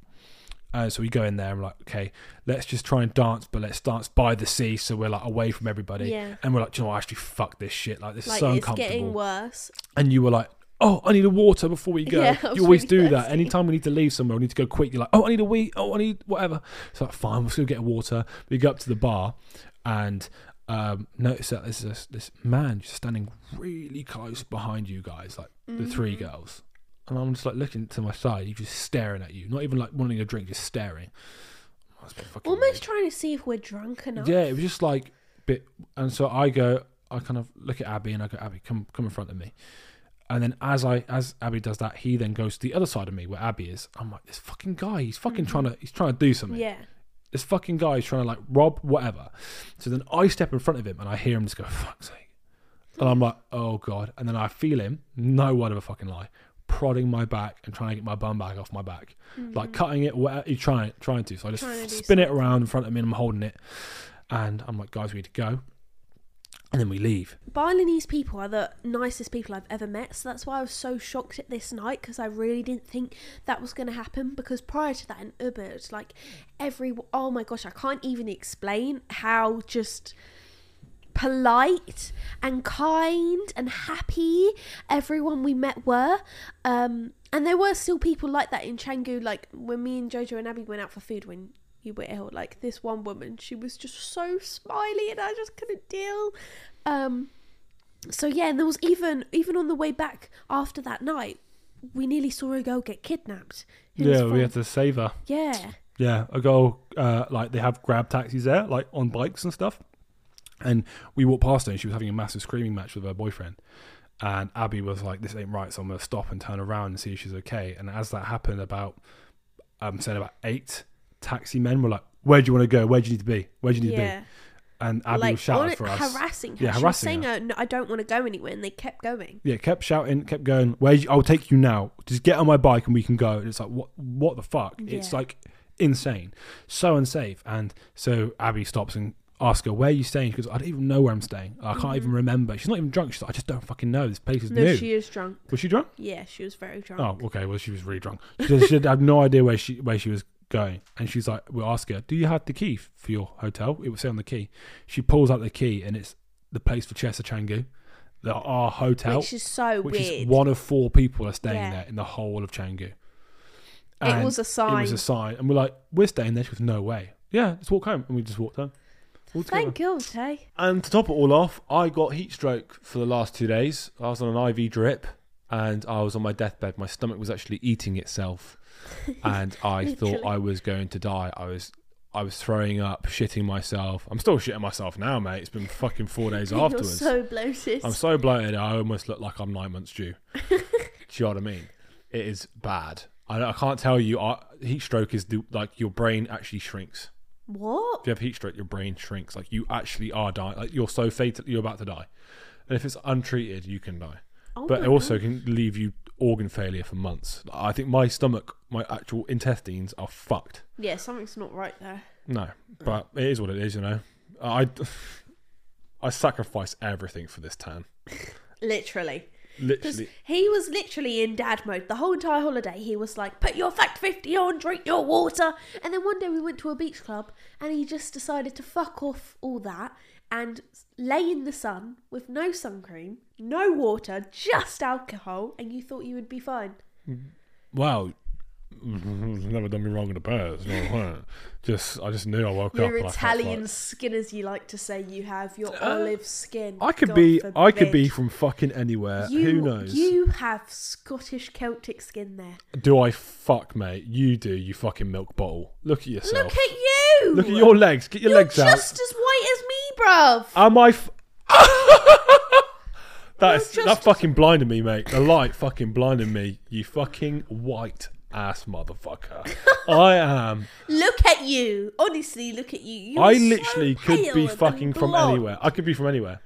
Uh, so we go in there, and we're like, okay, let's just try and dance, but let's dance by the sea, so we're like away from everybody.
Yeah.
And we're like, "Do you know, what? actually, fuck this shit. Like this
like
is so
it's getting
uncomfortable.
worse.
And you were like, oh, I need a water before we go.
Yeah, I was
you always
really
do that.
thirsty.
Anytime we need to leave somewhere, we need to go quick. You're like, oh, I need a wee. Oh, I need whatever. It's like, fine, we'll still get water. We go up to the bar and um, notice that there's this, this man just standing really close behind you guys, like the three
Mm-hmm.
girls. And I'm just like looking to my side, he's just staring at you, not even like wanting a drink, just staring. That's a bit fucking weird.
Almost trying to see if we're drunk enough.
Yeah, it was just like bit, and so I go, I kind of look at Abby and I go, Abby, come come in front of me, and then as I as Abby does that, he then goes to the other side of me where Abby is. I'm like, this fucking guy, he's fucking trying to he's trying to do something.
Yeah.
This fucking guy is trying to like rob whatever. So then I step in front of him and I hear him just go, fuck's sake, and I'm like, oh god, and then I feel him, no word of a fucking lie. Prodding my back and trying to get my bum back off my back, like cutting it. Whatever, he's trying, trying to. So I just
Mm-hmm. Trying to do
spin it around in front of me, and I'm holding it. And I'm like, guys, we need to go. And then we leave.
Balinese people are the nicest people I've ever met, so that's why I was so shocked at this night because I really didn't think that was going to happen. Because prior to that, in Uber, it's like every oh my gosh, I can't even explain how just polite and kind and happy everyone we met were. Um, and there were still people like that in Canggu, like when me and Jojo and Abby went out for food when you were ill, like this one woman, she was just so smiley and I just couldn't deal. Um, so yeah, and there was even even on the way back after that night, we nearly saw a girl get kidnapped. It was
Yeah, we
from-
had to save her.
yeah.
Yeah, a girl, uh, like they have grab taxis there, like on bikes and stuff. And we walked past her and she was having a massive screaming match with her boyfriend. And Abby was like, this ain't right. So I'm going to stop and turn around and see if she's okay. And as that happened, about, I'm saying about eight taxi men were like, where do you want to go? Where do you need to be? Where do you need to
Yeah,
be? And Abby
like
was shouting
on-
for us.
harassing her.
Yeah,
she was
harassing
saying, "Oh, no, I don't want to go anywhere," and they kept going.
Yeah, kept shouting, kept going. Where you, I'll take you now. Just get on my bike and we can go. And it's like, what? What the fuck? It's
Yeah.
like insane, so unsafe. And so Abby stops and asks her, "Where are you staying?" She goes, "I don't even know where I'm staying. I can't even remember." She's not even drunk. She's like, "I just don't fucking know. This place is
Mm. No,
new."
she is drunk.
was she drunk?
Yeah, she was very drunk.
Oh, okay. Well, she was really drunk. She, said she had no idea where she where she was going, and she's like, "We ask her, do you have the key for your hotel?" It would say on the key. She pulls out the key, and it's the place for Chester Changu. That our hotel,
which is so
which
weird.
is one of four people are staying
Yeah.
there in the whole of Changu.
it was a
It
sign.
was a sign, and we're like, we're staying there. She goes, no way. Yeah, let's walk home, and we just walked home. All together.
Thank God, eh?
And to top it all off, I got heat stroke for the last two days. I was on an IV drip, and I was on my deathbed. My stomach was actually eating itself, and I thought
Literally.
I was going to die. I was. I was throwing up, shitting myself. I'm still shitting myself now, mate. It's been fucking four days afterwards.
You're so bloated.
I'm so bloated, I almost look like I'm nine months due. Do you know what I mean? It is bad. I, I can't tell you. I, heat stroke is the, like your brain actually shrinks.
what?
If you have heat stroke, your brain shrinks. Like you actually are dying. Like you're so fatal, you're about to die. And if it's untreated, you can die.
Oh
but
my
it also can leave you organ failure for months. I think my stomach, my actual intestines are fucked.
Yeah, something's not right there.
No, but it is what it is. You know, I I sacrifice everything for this tan.
Literally. Because
Literally.
he was literally in dad mode the whole entire holiday. He was like, put your Fact 50 on, drink your water. And then one day we went to a beach club and he just decided to fuck off all that and lay in the sun with no sun cream, no water, just alcohol. And you thought you would be fine.
Wow. Never done me wrong in the past. No, huh? just I just knew I woke up.
Your
and I felt
Italian
like- Uh,
skin, as you like to say, you have your olive skin.
I could
God
be. I could
forbid.
be from fucking anywhere.
You,
Who knows?
You have Scottish Celtic skin there.
Do I fuck, mate? You do. You fucking milk bottle. Look at yourself.
Look at you.
Look at your legs. Get your
You're
legs out. Uh,
just as white as me, bruv.
Am I? F- that is
just
that fucking blinded me, mate. The light fucking blinded me. You fucking white ass motherfucker. I am.
Look at you. Honestly, look at you. You're
I
so
literally could
pale
be
and
fucking from
blonde.
anywhere. I could be from anywhere.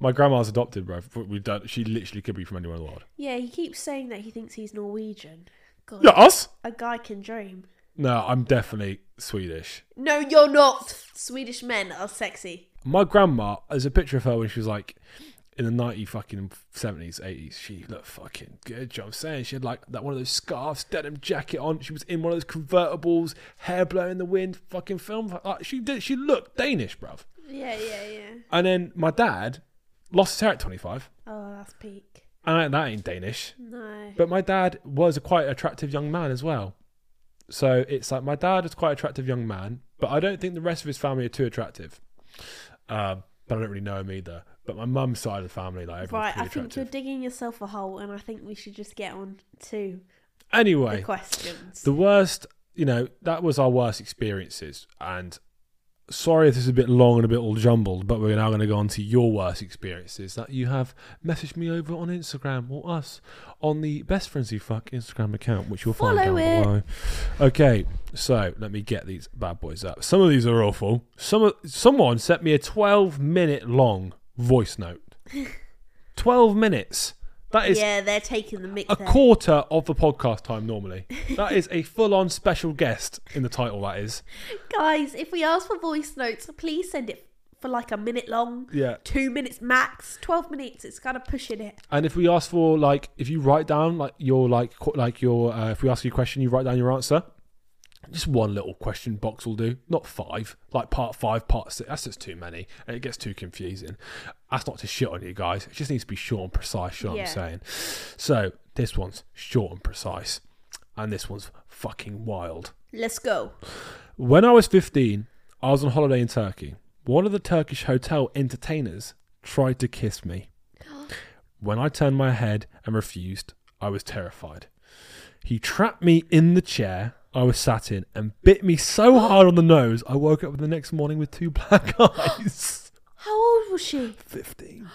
My grandma's adopted, bro. We don't. She literally could be from anywhere in the world.
Yeah, he keeps saying that he thinks he's Norwegian. God,
Yeah, us.
a guy can dream.
No, I'm definitely Swedish.
No, you're not. Swedish men are sexy.
My grandma, there's a picture of her when she was like in the 90 fucking 70s, 80s. She looked fucking good. do You know what I'm saying? She had like that one of those scarves, denim jacket on. She was in one of those convertibles, hair blowing in the wind, fucking film. Like, she did. She looked Danish, bruv.
Yeah, yeah, yeah.
And then my dad lost his hair at 25.
Oh, that's peak.
And I- that ain't Danish.
No.
But my dad was a quite attractive young man as well. So it's like my dad is quite attractive young man, but I don't think the rest of his family are too attractive. Um, but I don't really know him either. But my mum's side of the family, like everyone's
Right, I
pretty
think you're
attractive.
digging yourself a hole, and I think we should just get on to the
Anyway,
questions.
the worst, you know, that was our worst experiences. And sorry if this is a bit long and a bit all jumbled, but we're now going to go on to your worst experiences that you have messaged me over on Instagram or us on the Best Friends You Fuck Instagram account, which you'll find
Follow
down
it.
below. Okay, so let me get these bad boys up. Some of these are awful. Some of- someone sent me a 12 minute long voice note. 12 minutes. That is
yeah, they're taking the mic
a
there.
quarter of the podcast time normally. That is a full on special guest in the title, that is.
Guys, if we ask for voice notes, please send it for like a minute long.
Yeah.
Two minutes max. Twelve minutes. It's kind of pushing it.
And if we ask for like if you write down like your like qu- like your uh, if we ask you a question, you write down your answer. Just one little question box will do, not five. Like part five, part six. That's just too many, and it gets too confusing. That's not to shit on you guys. It just needs to be short and precise. You know
Yeah.
what I'm saying? So this one's short and precise, and this one's fucking wild.
Let's go.
When I was 15, I was on holiday in Turkey. One of the Turkish hotel entertainers tried to kiss me. When I turned my head and refused, I was terrified. He trapped me in the chair I was sat in and bit me so hard on the nose, I woke up the next morning with two black eyes.
How old was she?
15.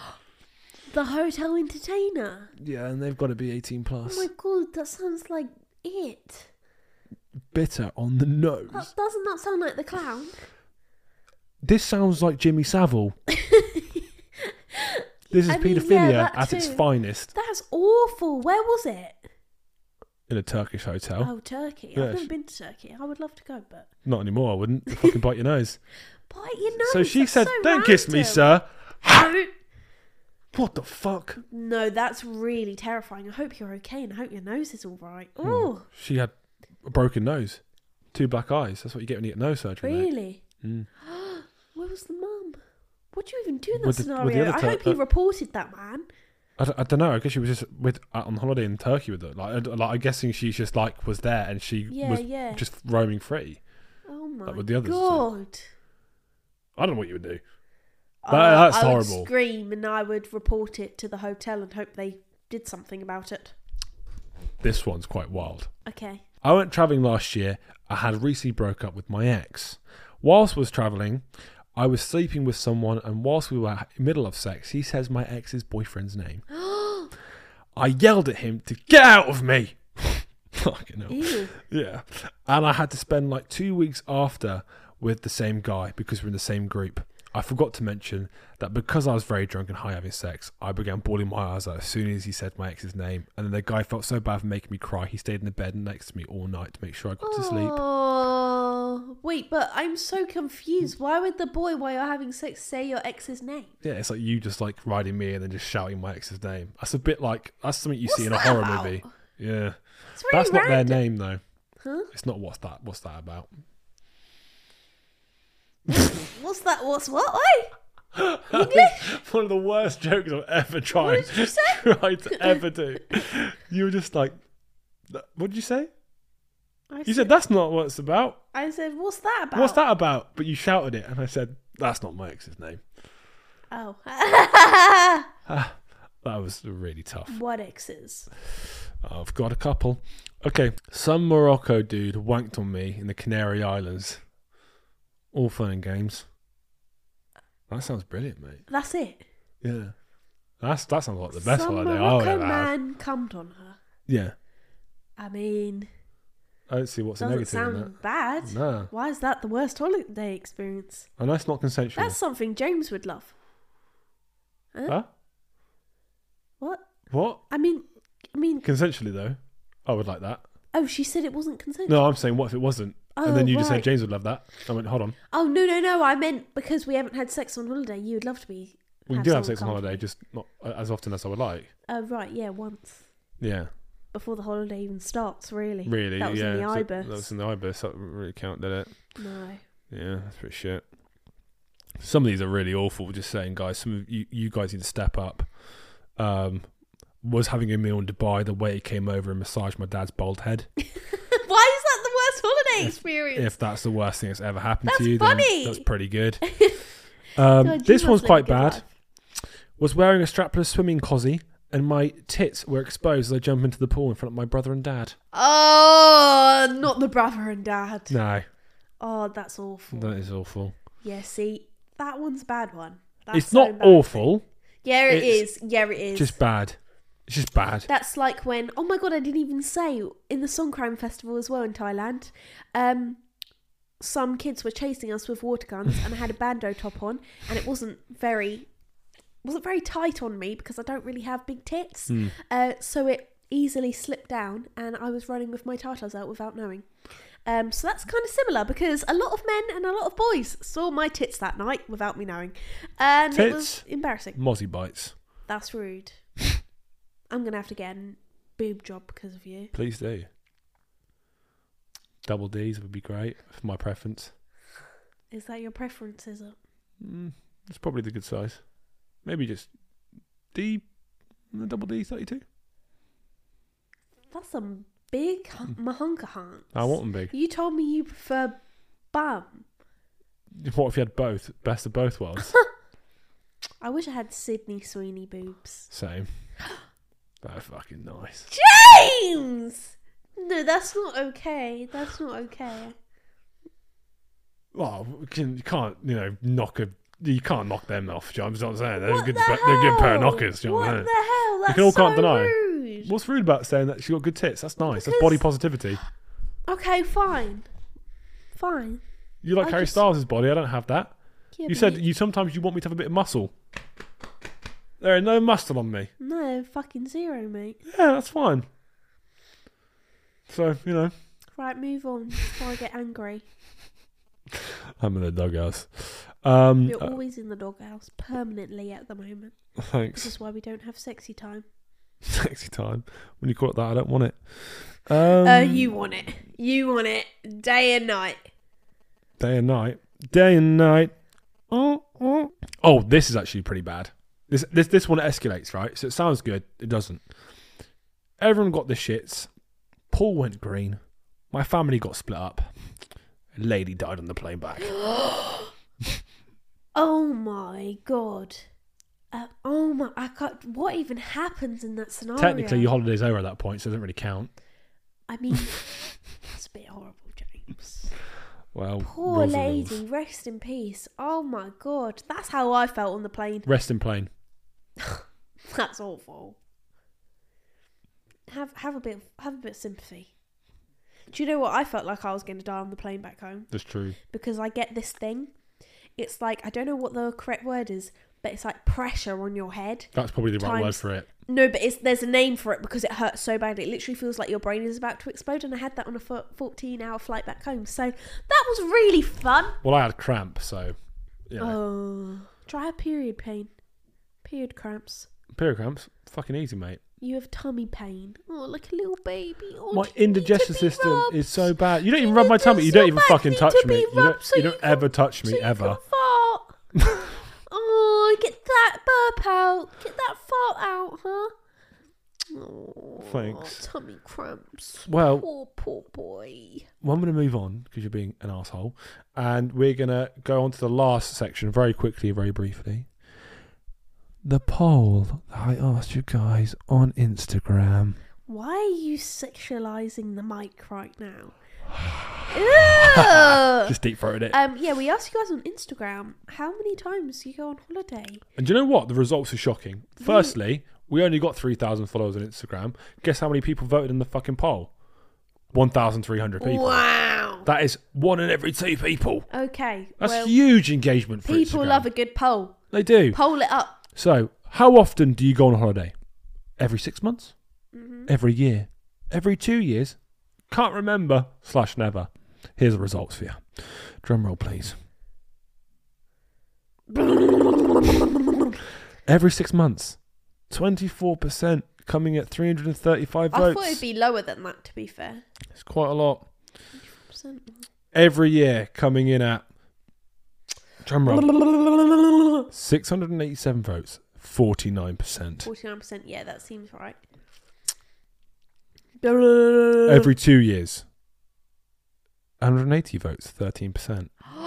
The hotel entertainer.
Yeah, and they've got to be 18
Oh
plus.
my god, that sounds like it.
Bitter on the nose.
That, doesn't that sound like the clown?
This sounds like Jimmy Savile. this is
I mean, yeah,
paedophilia
that
at its
too.
finest
That's awful. Where was it?
in a Turkish hotel.
Oh, Turkey.
Yeah,
I've never
she-
been to Turkey. I would love to go, but
Not anymore. I wouldn't They'll fucking bite your nose.
bite your nose.
so she
that's
said,
so
"Don't kiss me,
random."
sir." What the fuck?
No, that's really terrifying. I hope you're okay and I hope your nose is all right.
Hmm.
Oh,
She had a broken nose, two black eyes. That's what you get when you get nose surgery. mate.
really?
Hmm.
Where was the mum? What do you even do in that
With the- with the
scenario?
other
I
type,
hope he
uh,
reported that man.
I, don't, I don't know. I guess she was just with out on holiday in Turkey with her. Like, I, like I'm guessing she just like was there and she
Yeah,
was
yeah.
just roaming free.
Oh my
with the others, so-
god!
I don't know what you would do.
Oh,
That- uh, that's
I would
horrible.
scream and I would report it to the hotel and hope they did something about it.
This one's quite wild.
Okay.
I went travelling last year. I had recently broke up with my ex. Whilst was travelling, I was sleeping with someone, and whilst we were in the middle of sex, he says my ex's boyfriend's name. I yelled at him to get out of me. Fucking hell.
Ew.
Yeah. And I had to spend like two weeks after with the same guy because we're in the same group. I forgot to mention that because I was very drunk and high having sex, I began bawling my eyes out as soon as he said my ex's name. And then the guy felt so bad for making me cry, he stayed in the bed next to me all night to make sure I got to sleep.
Oh, Oh, wait, but I'm so confused. Why would the boy, while you're having sex, say your ex's name?
Yeah, it's like you just like riding me and then just shouting my ex's name. That's a bit like that's something you see
What's
in a
that
horror
about?
movie. Yeah,
It's very
that's not
random.
their name though.
Huh?
It's not what's that. What's that about?
What's that? What's what? Wait.
One of the worst jokes I've ever tried.
did you say?
tried to ever do. You were just like, "Th- what did you say?
I
You
said,
said that's not what it's about.
I said, what's that about?
What's that about? But you shouted it, and I said that's not my ex's name.
Oh.
That was really tough.
what exes?
I've got a couple. Okay, some Morocco dude wanked on me in the Canary Islands. All fun and games. That sounds brilliant, mate.
That's it.
Yeah, that's that sounds like the best
Some
holiday I'll
Morocco
ever have.
man cummed on her.
Yeah,
I mean,
I don't see what's a
doesn't
negative
sound
in
bad.
that. Nah,
Why is that the worst holiday experience?
and that's not consensual.
That's something James would love.
Huh?
What?
What?
I mean, I mean.
Consensually though, I would like that.
Oh, she said it wasn't consensual.
No, I'm saying what if it wasn't?
Oh,
and then you just
right.
said James would love that. I went, hold on.
Oh no, no, no! I meant because we haven't had sex on holiday. You would love to be.
We do
someone
have sex on
come.
holiday, just not as often as I would like.
Oh right, yeah, once
Yeah,
before the holiday even starts. Really.
really.
That was in
yeah,
the
So-
Ibis.
That was in the Ibis. That didn't really count, did it?
No.
Yeah, that's pretty shit. Some of these are really awful. Just saying, guys. Some of you, you guys need to step up. Um, was having a meal in Dubai. The waiter came over and massaged my dad's bald head.
Why is that the worst holiday experience?
if that's the worst thing that's ever happened
That's
to you,
funny.
then that's pretty good. Um,
God, you
this
must
one's
live a
quite
good
bad.
life.
Was wearing a strapless swimming cosy, and my tits were exposed as I jump into the pool in front of my brother and dad.
Oh, not the brother and dad.
No,
Oh, that's awful.
that is awful.
Yeah, see, that one's a bad one. That's
it's
so
not
embarrassing.
awful,
Yeah, it
It's
is. Yeah, it is.
just bad. It's just bad.
That's like when, oh my god, I didn't even say in the Songkran Festival as well in Thailand. Um, some kids were chasing us with water guns, and I had a bando top on, and it wasn't very, wasn't very tight on me because I don't really have big tits. Uh, so it easily slipped down, and I was running with my tartars out without knowing. Um, so that's kind of similar because a lot of men and a lot of boys saw my tits that night without me knowing, and it was
Tits?
embarrassing.
Mozzie bites.
That's rude. I'm gonna have to get a boob job because of you.
Please do. Double D's would be great for my preference.
Is that your preference? Is it?
Mm, it's probably the good size. Maybe just D, double D thirty two.
That's some big hu- mahunka hunks.
Hmm. I want them big.
You told me you prefer bum.
What if you had both? Best of both worlds.
I wish I had Sydney Sweeney boobs.
Same. They're fucking nice.
James, no, that's not okay. That's not okay.
Well, we can, you can't, you know, knock a. You can't knock them off. Do you know what I'm saying? They're
What
good.
the hell?
They're good pair of knockers. Do you know
what
what
the
I'm
hell?
saying?
That's
can all
so
can't deny.
rude.
What's rude about saying that she got good tits? That's nice. That's body positivity.
Okay, fine, fine.
You like
I
Harry
just-
Styles' body. I don't have that.
Yeah,
you
but
said you sometimes you want me to have a bit of muscle. There ain't no muscle on me.
no fucking zero, mate.
Yeah, that's fine. So you know,
Right, move on before I get angry.
I'm in the doghouse. Um,
You're
uh,
always in the doghouse, permanently at the moment. This
thanks.
is why we don't have sexy time.
Sexy time. When you call it that, I don't want it. Um,
Oh, you want it. You want it day and night.
Day and night. Day and night. Oh, oh. Oh, this is actually pretty bad. This this this one escalates, right? So it sounds good. It doesn't. Everyone got the shits. Paul went green. My family got split up. A lady died on the plane back.
Oh my god. Uh, oh my, I can't. What even happens in that scenario?
Technically, your holiday's over at that point, so it doesn't really count.
I mean, that's a bit horrible, James.
Well,
Poor
rules are
lady,
rules.
rest in peace. Oh my god, that's how I felt on the plane.
Rest in plane.
That's awful. Have have a bit have a bit of sympathy. Do you know what I felt like I was going to die on the plane back home?
That's true.
because I get this thing. It's like I don't know what the correct word is, but it's like pressure on your head.
That's probably the right word
Times-
for it.
No, but it's there's a name for it because it hurts so bad. It literally feels like your brain is about to explode. And I had that on a fo- 14 hour flight back home. So that was really fun.
Well, I had cramp, so yeah.
Oh, try a period pain, period cramps.
Period cramps, fucking easy, mate.
You have tummy pain. Oh, like a little baby. Oh,
My
do you need to
indigestion
be
system
rubbed?
is so bad. You don't
Do
even rub
need
my
to-
tummy. You
so
don't even
bad
fucking
need
touch
to
me.
be
You don't,
rubbed so
you don't
can-
ever touch me
so you
ever.
can fart. oh, get that burp out. Get that fart out, huh? Oh,
Thanks.
Tummy cramps.
Well,
Poor, poor boy.
well, I'm going to move on because you're being an asshole, and we're going to go on to the last section very quickly, very briefly. The poll that I asked you guys on Instagram.
Why are you sexualizing the mic right now? Ew!
Just deep throated it.
um, yeah, we asked you guys on Instagram how many times you go on holiday.
And do you know what? The results are shocking.
Mm.
Firstly, we only got 3,000 followers on Instagram. Guess how many people voted in the fucking poll? 1,300 people.
Wow.
That is one in every two people.
Okay.
That's
well,
huge engagement for
people
Instagram.
love a good poll.
They do.
Poll it up.
So, how often do you go on holiday? Every six months?
Mm-hmm.
Every year? Every two years? Can't remember, slash never. Here's the results for you. Drum roll, please. Every six months, 24% coming at 335
I
votes.
thought it'd be lower than that, to be fair.
it's quite a lot.
Percent.
Every year coming in at, drum roll, 687 votes, 49%.
49%, yeah, that seems right.
every two years. 180 votes, 13%.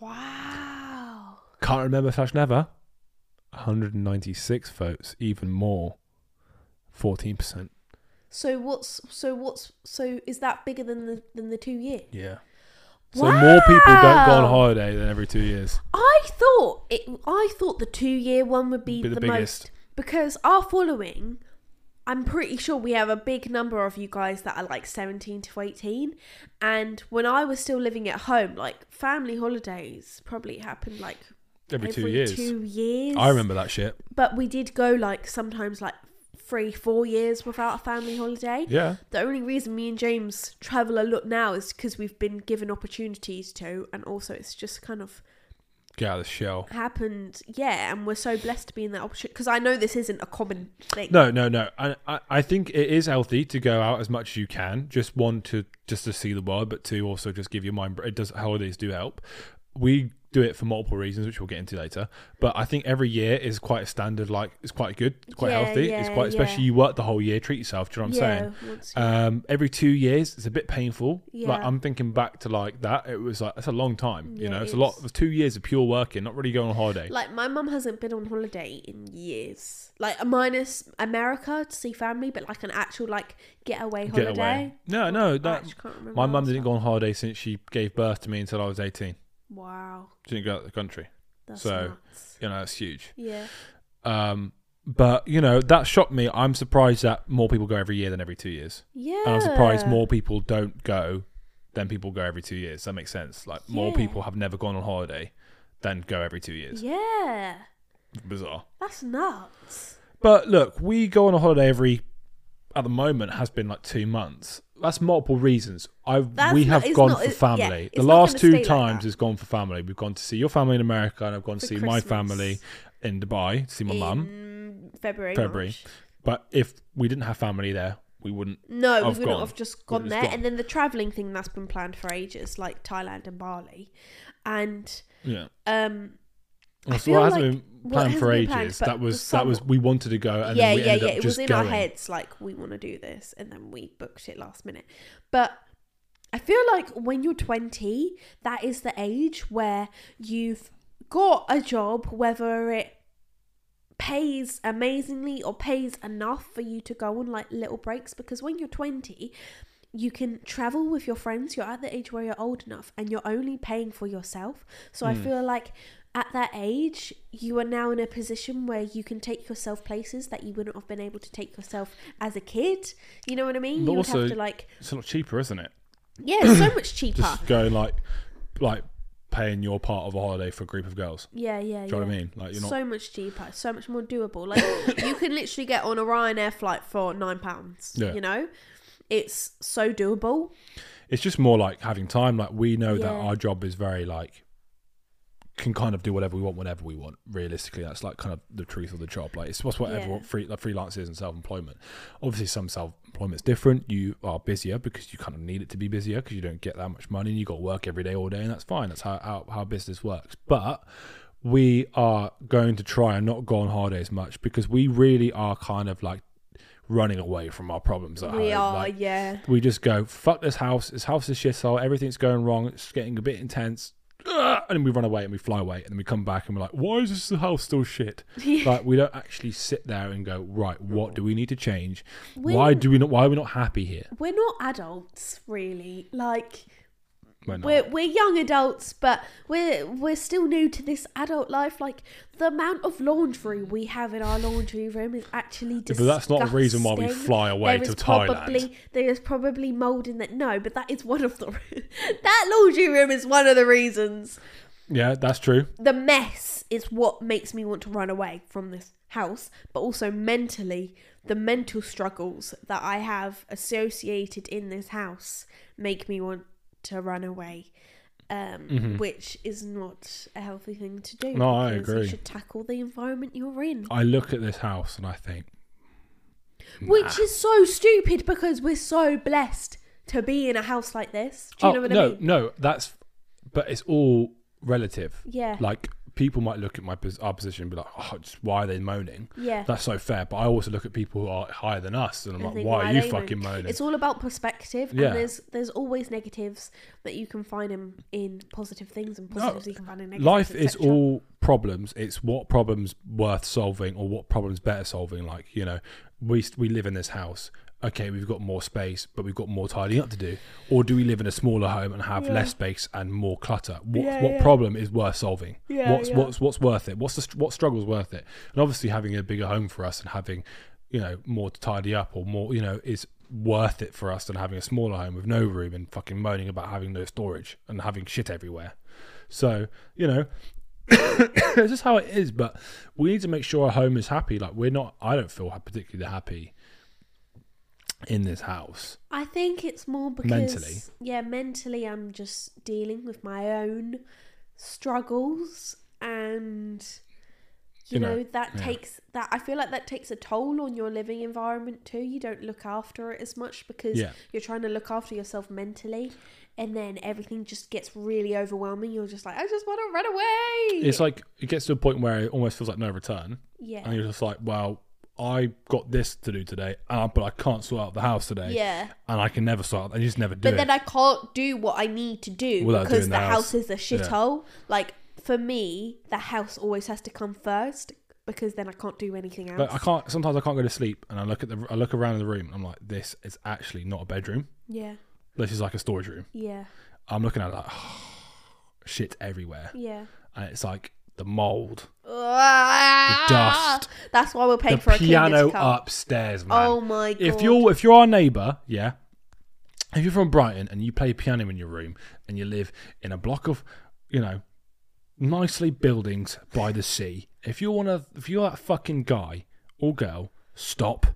wow.
Can't remember slash never. 196 votes, even more. 14%.
So what's so what's so is that bigger than the than the two years?
Yeah. So more people don't go on
Wow.
holiday than every two years.
I thought it. I thought the two year one would be,
Be the
the,
biggest.
most because our following. I'm pretty sure we have a big number of you guys that are like 17 to 18. And when I was still living at home, like family holidays probably happened like
Every,
every
two years.
two years.
I remember that shit.
But we did go like sometimes like three, four years without a family holiday.
Yeah.
The only reason me and James travel a lot now is because we've been given opportunities to, and also it's just kind of
Get out of the shell.
happened, yeah, and we're so blessed to be in that opportunity. Because I know this isn't a common thing.
No, no, no. I, I, I think it is healthy to go out as much as you can. Just one to just to see the world, but two also just give your mind. br- It does holidays do help. We do it for multiple reasons, which we'll get into later. But I think every year is quite a standard. Like it's quite good, it's quite
Yeah,
healthy. it's
yeah,
quite especially
yeah.
you work the whole year. Treat yourself. Do you know what I'm
yeah,
saying?
once you-
Um, every two years, it's a bit painful. Like
Yeah.
I'm thinking back to like that. It was like that's a long time. you
Yeah,
know,
it
it's a lot.
is.
It was two years of pure working, not really going on holiday.
like my mum hasn't been on holiday in years, like minus America to see family, but like an actual like getaway
Get
holiday.
away. No, no.
I
That,
actually can't remember
My
the
mum
last
didn't
time.
go on holiday since she gave birth to me until I was 18.
Wow,
She didn't go out of the country.
that's
So-
nuts.
You know, that's huge.
Yeah,
Um, but, you know, that shocked me. I'm surprised that more people go every year than every two years.
yeah.
And I'm surprised more people don't go than people go every two years. That makes sense. Like, more
Yeah.
people have never gone on holiday than go every two years.
Yeah,
Bizarre.
that's nuts.
But look, we go on a holiday every, at the moment, has been like two months. That's multiple reasons. I
That's
we
not-
have
it's
gone
not-
for
it- yeah,
family.
it's
the
not
last
gonna
two
stay like
times
that.
it's gone for family. We've gone to see your family in America, and I've gone to
For
see my family
Christmas.
in Dubai, to see my mum.
In February.
February.
March.
But if we didn't have family there, we wouldn't.
No,
I've
we wouldn't
gone.
have just gone
just
there.
gone.
And then the travelling thing that's been planned for ages, like Thailand and Bali. And
Yeah.
um I
That's
feel
what hasn't
like-
been
well, it
planned
hasn't
for
been planned,
ages.
but
that was
the
that was
summer-
we wanted to go, and
yeah,
then we
yeah,
ended
yeah.
up
It was
just
in
going.
our heads like we want to do this and then we booked it last minute. But I feel like when you're 20, that is the age where you've got a job whether it pays amazingly or pays enough for you to go on like little breaks because when you're 20 you can travel with your friends you're at the age where you're old enough and you're only paying for yourself so
Hmm.
i feel like at that age you are now in a position where you can take yourself places that you wouldn't have been able to take yourself as a kid you know what i mean
But
you would
also-
have to like
It's a lot cheaper, isn't it?
yeah it's so much cheaper
Just going like, like paying your part of a holiday for a group of girls.
Yeah, yeah,
Do you
yeah.
know what I mean? Like you're not.
So much cheaper, so much more doable. Like you can literally get on a Ryanair flight for nine pounds.
Yeah.
You know, it's so doable.
it's just more like having time. Like we know that
Yeah.
our job is very like can kind of do whatever we want whenever we want. Realistically, that's like kind of the truth of the job. Like it's what's what
Yeah.
everyone free like freelance is and self employment. Obviously, some self employment's different. You are busier because you kind of need it to be busier because you don't get that much money and you got to work every day all day and that's fine. That's how how, how business works. But we are going to try and not go on holiday as much because we really are kind of like running away from our problems at
we
home.
are,
Like,
yeah.
we just go fuck this house this house is shithole everything's going wrong it's getting a bit intense Ugh, and then we run away and we fly away and then we come back and we're like why is this house still shit like we don't actually sit there and go right what do we need to change why
When-
do we not why are we not happy here
We're not adults, really. Like
We're not.
we're we're young adults, but we're we're still new to this adult life. Like the amount of laundry we have in our laundry room is actually
Yeah,
disgusting.
but that's not the reason why we fly away
There
to
is
Thailand.
Probably, there is probably mold in that. No, but that is one of the that laundry room is one of the reasons.
yeah that's true
The mess is what makes me want to run away from this house, but also mentally, the mental struggles that I have associated in this house make me want to run away. Um, Which is not a healthy thing to do.
Mm-hmm. No, I
because
agree. Oh,
You should tackle the environment you're in.
i look at this house and i think
Which is so stupid because we're so blessed to be in a house like this. Do you
oh,
know what
no
I mean?
no that's but it's all relative
Yeah.
like people might look at my pos- our position and be like oh, just why are they moaning
yeah.
that's so fair. But I also look at people who are higher than us, and I'm
I
like,
think
why, are you
they moan.
fucking moaning?
It's all about perspective,
Yeah.
and there's there's always negatives that you can find in in positive things, and positives you can find in negatives.
Life is
etc..
all problems. It's what problems worth solving, or what problems better solving. Like you know, we we live in this house. Okay, we've got more space, but we've got more tidying up to do. Or do we live in a smaller home and have
Yeah.
less space and more clutter? What
Yeah,
what
yeah.
problem is worth solving?
Yeah,
what's
yeah.
what's what's worth it? What's the str- what struggle's worth it? And obviously, having a bigger home for us and having you know more to tidy up or more you know is worth it for us than having a smaller home with no room and fucking moaning about having no storage and having shit everywhere. So, you know, this is how it is, but we need to make sure our home is happy. Like, we're not, I don't feel particularly happy in this house.
I think it's more because
Mentally.
yeah, mentally, I'm just dealing with my own struggles, and you,
You know,
know, that
yeah.
takes that. I feel like that takes a toll on your living environment too. You don't look after it as much because
Yeah.
you're trying to look after yourself mentally. And then everything just gets really overwhelming. You're just like, I just want to run away.
It's like, it gets to a point where it almost feels like no return.
yeah.
And you're just like, well, I got this to do today, uh, but I can't sort out the house today.
Yeah.
And I can never sort out, I just never do
But
it.
then I can't do what I need to do
Without
because
doing
the,
the house.
house. is a shithole. Like for me, the house always has to come first because then I can't do anything else.
Like, I can't, sometimes I can't go to sleep and I look at the, I look around the room and I'm like, this is actually not a bedroom.
yeah,
This is like a storage room.
yeah,
I'm looking at it like, shit everywhere.
yeah.
and it's like the mold, dust.
That's why we're paying Ah, for
the
a piano
piano
cleaner's cup.
upstairs, man.
Oh my god!
if you're if you're our neighbour, yeah, if you're from Brighton and you play piano in your room and you live in a block of, you know, nicely buildings by the sea, if you're one of if you're that fucking guy or girl, stop.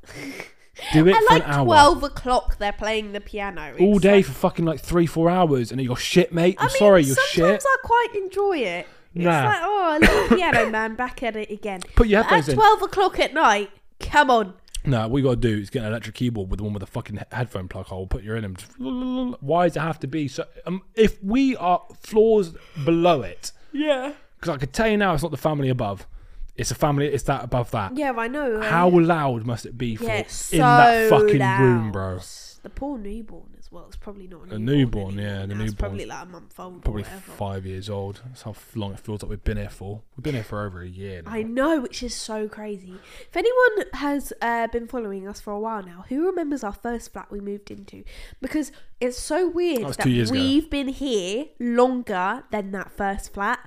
Do it
at
for
like
an hour.
twelve o'clock, they're playing the piano
all
It's
day
like-
for fucking like three, four hours, and you're shit, mate. I'm
I mean,
sorry, you're
sometimes
shit.
I quite enjoy it. It's
Nah.
like, oh, little piano man, back at it again.
Put your
But
headphones
at
in.
twelve o'clock at night. Come on.
No, what we got to do is get an electric keyboard with the one with a fucking he- headphone plug hole. Put your in them. Why does it have to be so? Um, if we are floors below it,
Yeah.
because I could tell you now, it's not the family above. It's a family. It's that above that.
Yeah, I know. uh,
How loud must it be for
yeah,
in that
so
fucking room,
loud.
bro?
The poor newborn as well. It's probably not a newborn.
newborn,
anymore
yeah, the
now,
newborn's
It's probably like a month old.
Probably
or whatever.
five years old. That's how long it feels like we've been here for. We've been here for over a year now.
I know, which is so crazy. If anyone has uh, been following us for a while now, who remembers our first flat we moved into? Because it's so weird
That was
that,
two years ago.
we've been here longer than that first flat.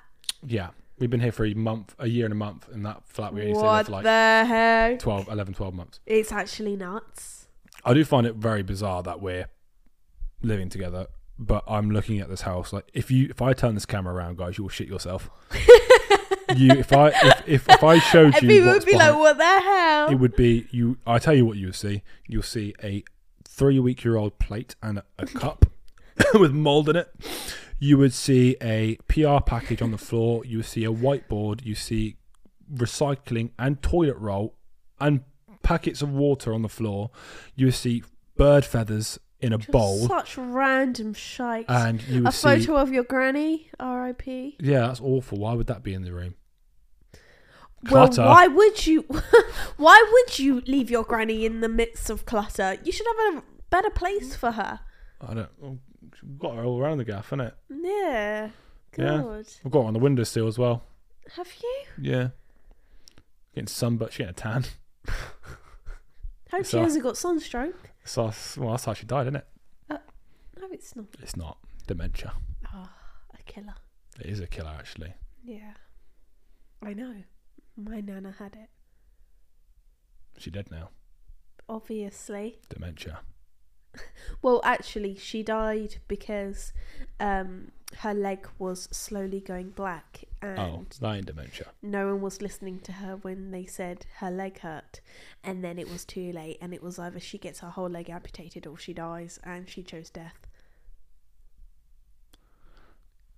yeah, we've been here for a month, a year and a month in that flat. We only stayed there
what
for like
the heck?
12, 11, 12 months.
It's actually nuts.
I do find it very bizarre that we're living together but I'm looking at this house. Like, if you, if I turn this camera around, guys, you will shit yourself. you, if I, if, if, if I showed
And
you,
people would
what's
be
behind,
like, what the hell?
it would be you. I tell you what you would see. You'll see a three-week-year-old plate and a, a cup with mold in it. You would see a PR package on the floor. You would see a whiteboard. You see recycling and toilet roll and packets of water on the floor. You would see bird feathers in a bowl,
Such random shite.
and you would
A
see.
photo of your granny, R.I.P.
Yeah, that's awful. Why would that be in the room?
Well,
Clutter.
why would you? why would you leave your granny in the midst of clutter? You should have a better place for her.
I don't. We've got her all around the gaff, innit?
Yeah.
Yeah.
God.
We've got her on the windowsill as well.
Have you?
Yeah. Getting sunburned. She getting a tan.
Hope she
So-
hasn't got sunstroke.
So that's, well, that's how she died, isn't it?
No, it's not.
It's not dementia.
Oh, a killer.
It is a killer, actually.
Yeah. I know. My nana had it.
She dead now.
Obviously.
Dementia.
Well, actually, she died because um, her leg was slowly going black, and
Oh, that ain't dementia.
no one was listening to her when they said her leg hurt. And then it was too late, and it was either she gets her whole leg amputated or she dies, and she chose death.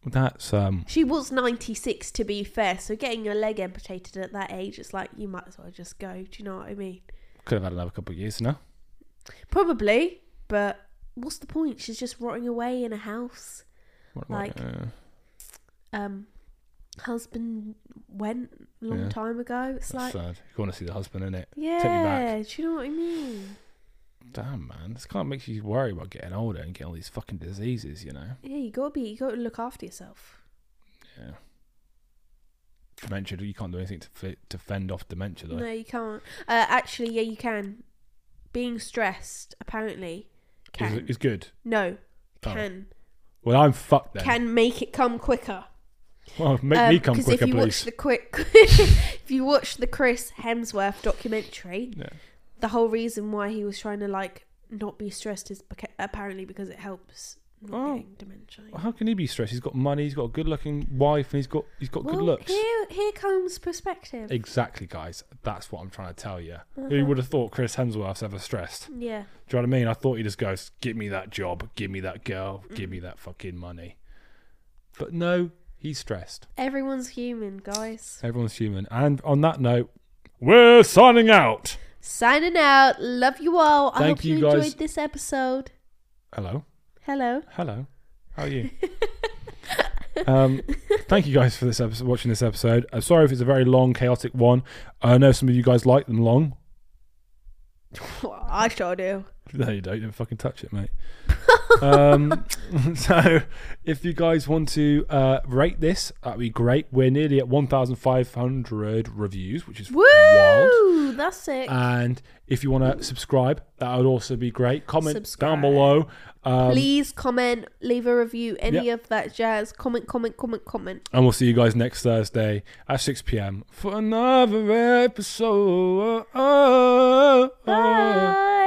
That's um.
She was 96, to be fair, so getting your leg amputated at that age, it's like you might as well just go. Do you know what I mean?
Could have had another couple of years now.
Probably, but what's the point? She's just rotting away in a house.
What am I-
Like-
uh,
Um, husband went a long
Yeah.
time ago. It's
that's
like,
sad. You want to see the husband in it? me
yeah,
back.
do you know what I mean?
Damn man, this kind of makes you worry about getting older and getting all these fucking diseases. You know.
Yeah, you gotta be, you gotta look after yourself.
Yeah. Dementia. You can't do anything to fi- to fend off dementia though.
No, you can't. Uh, actually, yeah, you can. Being stressed apparently
Is,
can
is good.
no
Oh.
can
Well, I'm fucked then.
can make it come quicker.
well, make me
Um,
come
'cause
quicker,
if you
please.
watch the quick, if you watch the Chris Hemsworth documentary,
Yeah.
the whole reason why he was trying to like not be stressed is beca- apparently because it helps not
Oh.
getting dementia.
How can he be stressed? He's got money. He's got a good-looking wife, and he's got he's got good looks.
here here comes perspective.
Exactly, guys. That's what I'm trying to tell you. Who would have thought Chris Hemsworth's ever stressed? Do
yeah,
you know what I mean? I thought he just goes, "Give me that job, give me that girl, give me that fucking money." But no, he's stressed.
everyone's human, guys.
Everyone's human. And on that note, we're signing out.
Signing out. Love you all. I
Thank
hope
you
you,
guys.
enjoyed this episode.
Hello,
Hello.
hello. How are you? um, thank you guys for this episode, watching this episode. I'm sorry if it's a very long, chaotic one. I know some of you guys like them long.
I sure do.
No, you don't. Don't fucking touch it, mate. um, so, if you guys want to uh, rate this, that'd be great. We're nearly at 1,500 reviews, which is
Woo!
wild. Um,
That's sick.
And if you want to subscribe, that would also be great. Comment
Subscribe.
down below. Um,
Please comment, leave a review, any
Yep.
of that jazz. Comment, comment, comment, comment.
and we'll see you guys next Thursday at 6 p.m. for another episode.
Bye.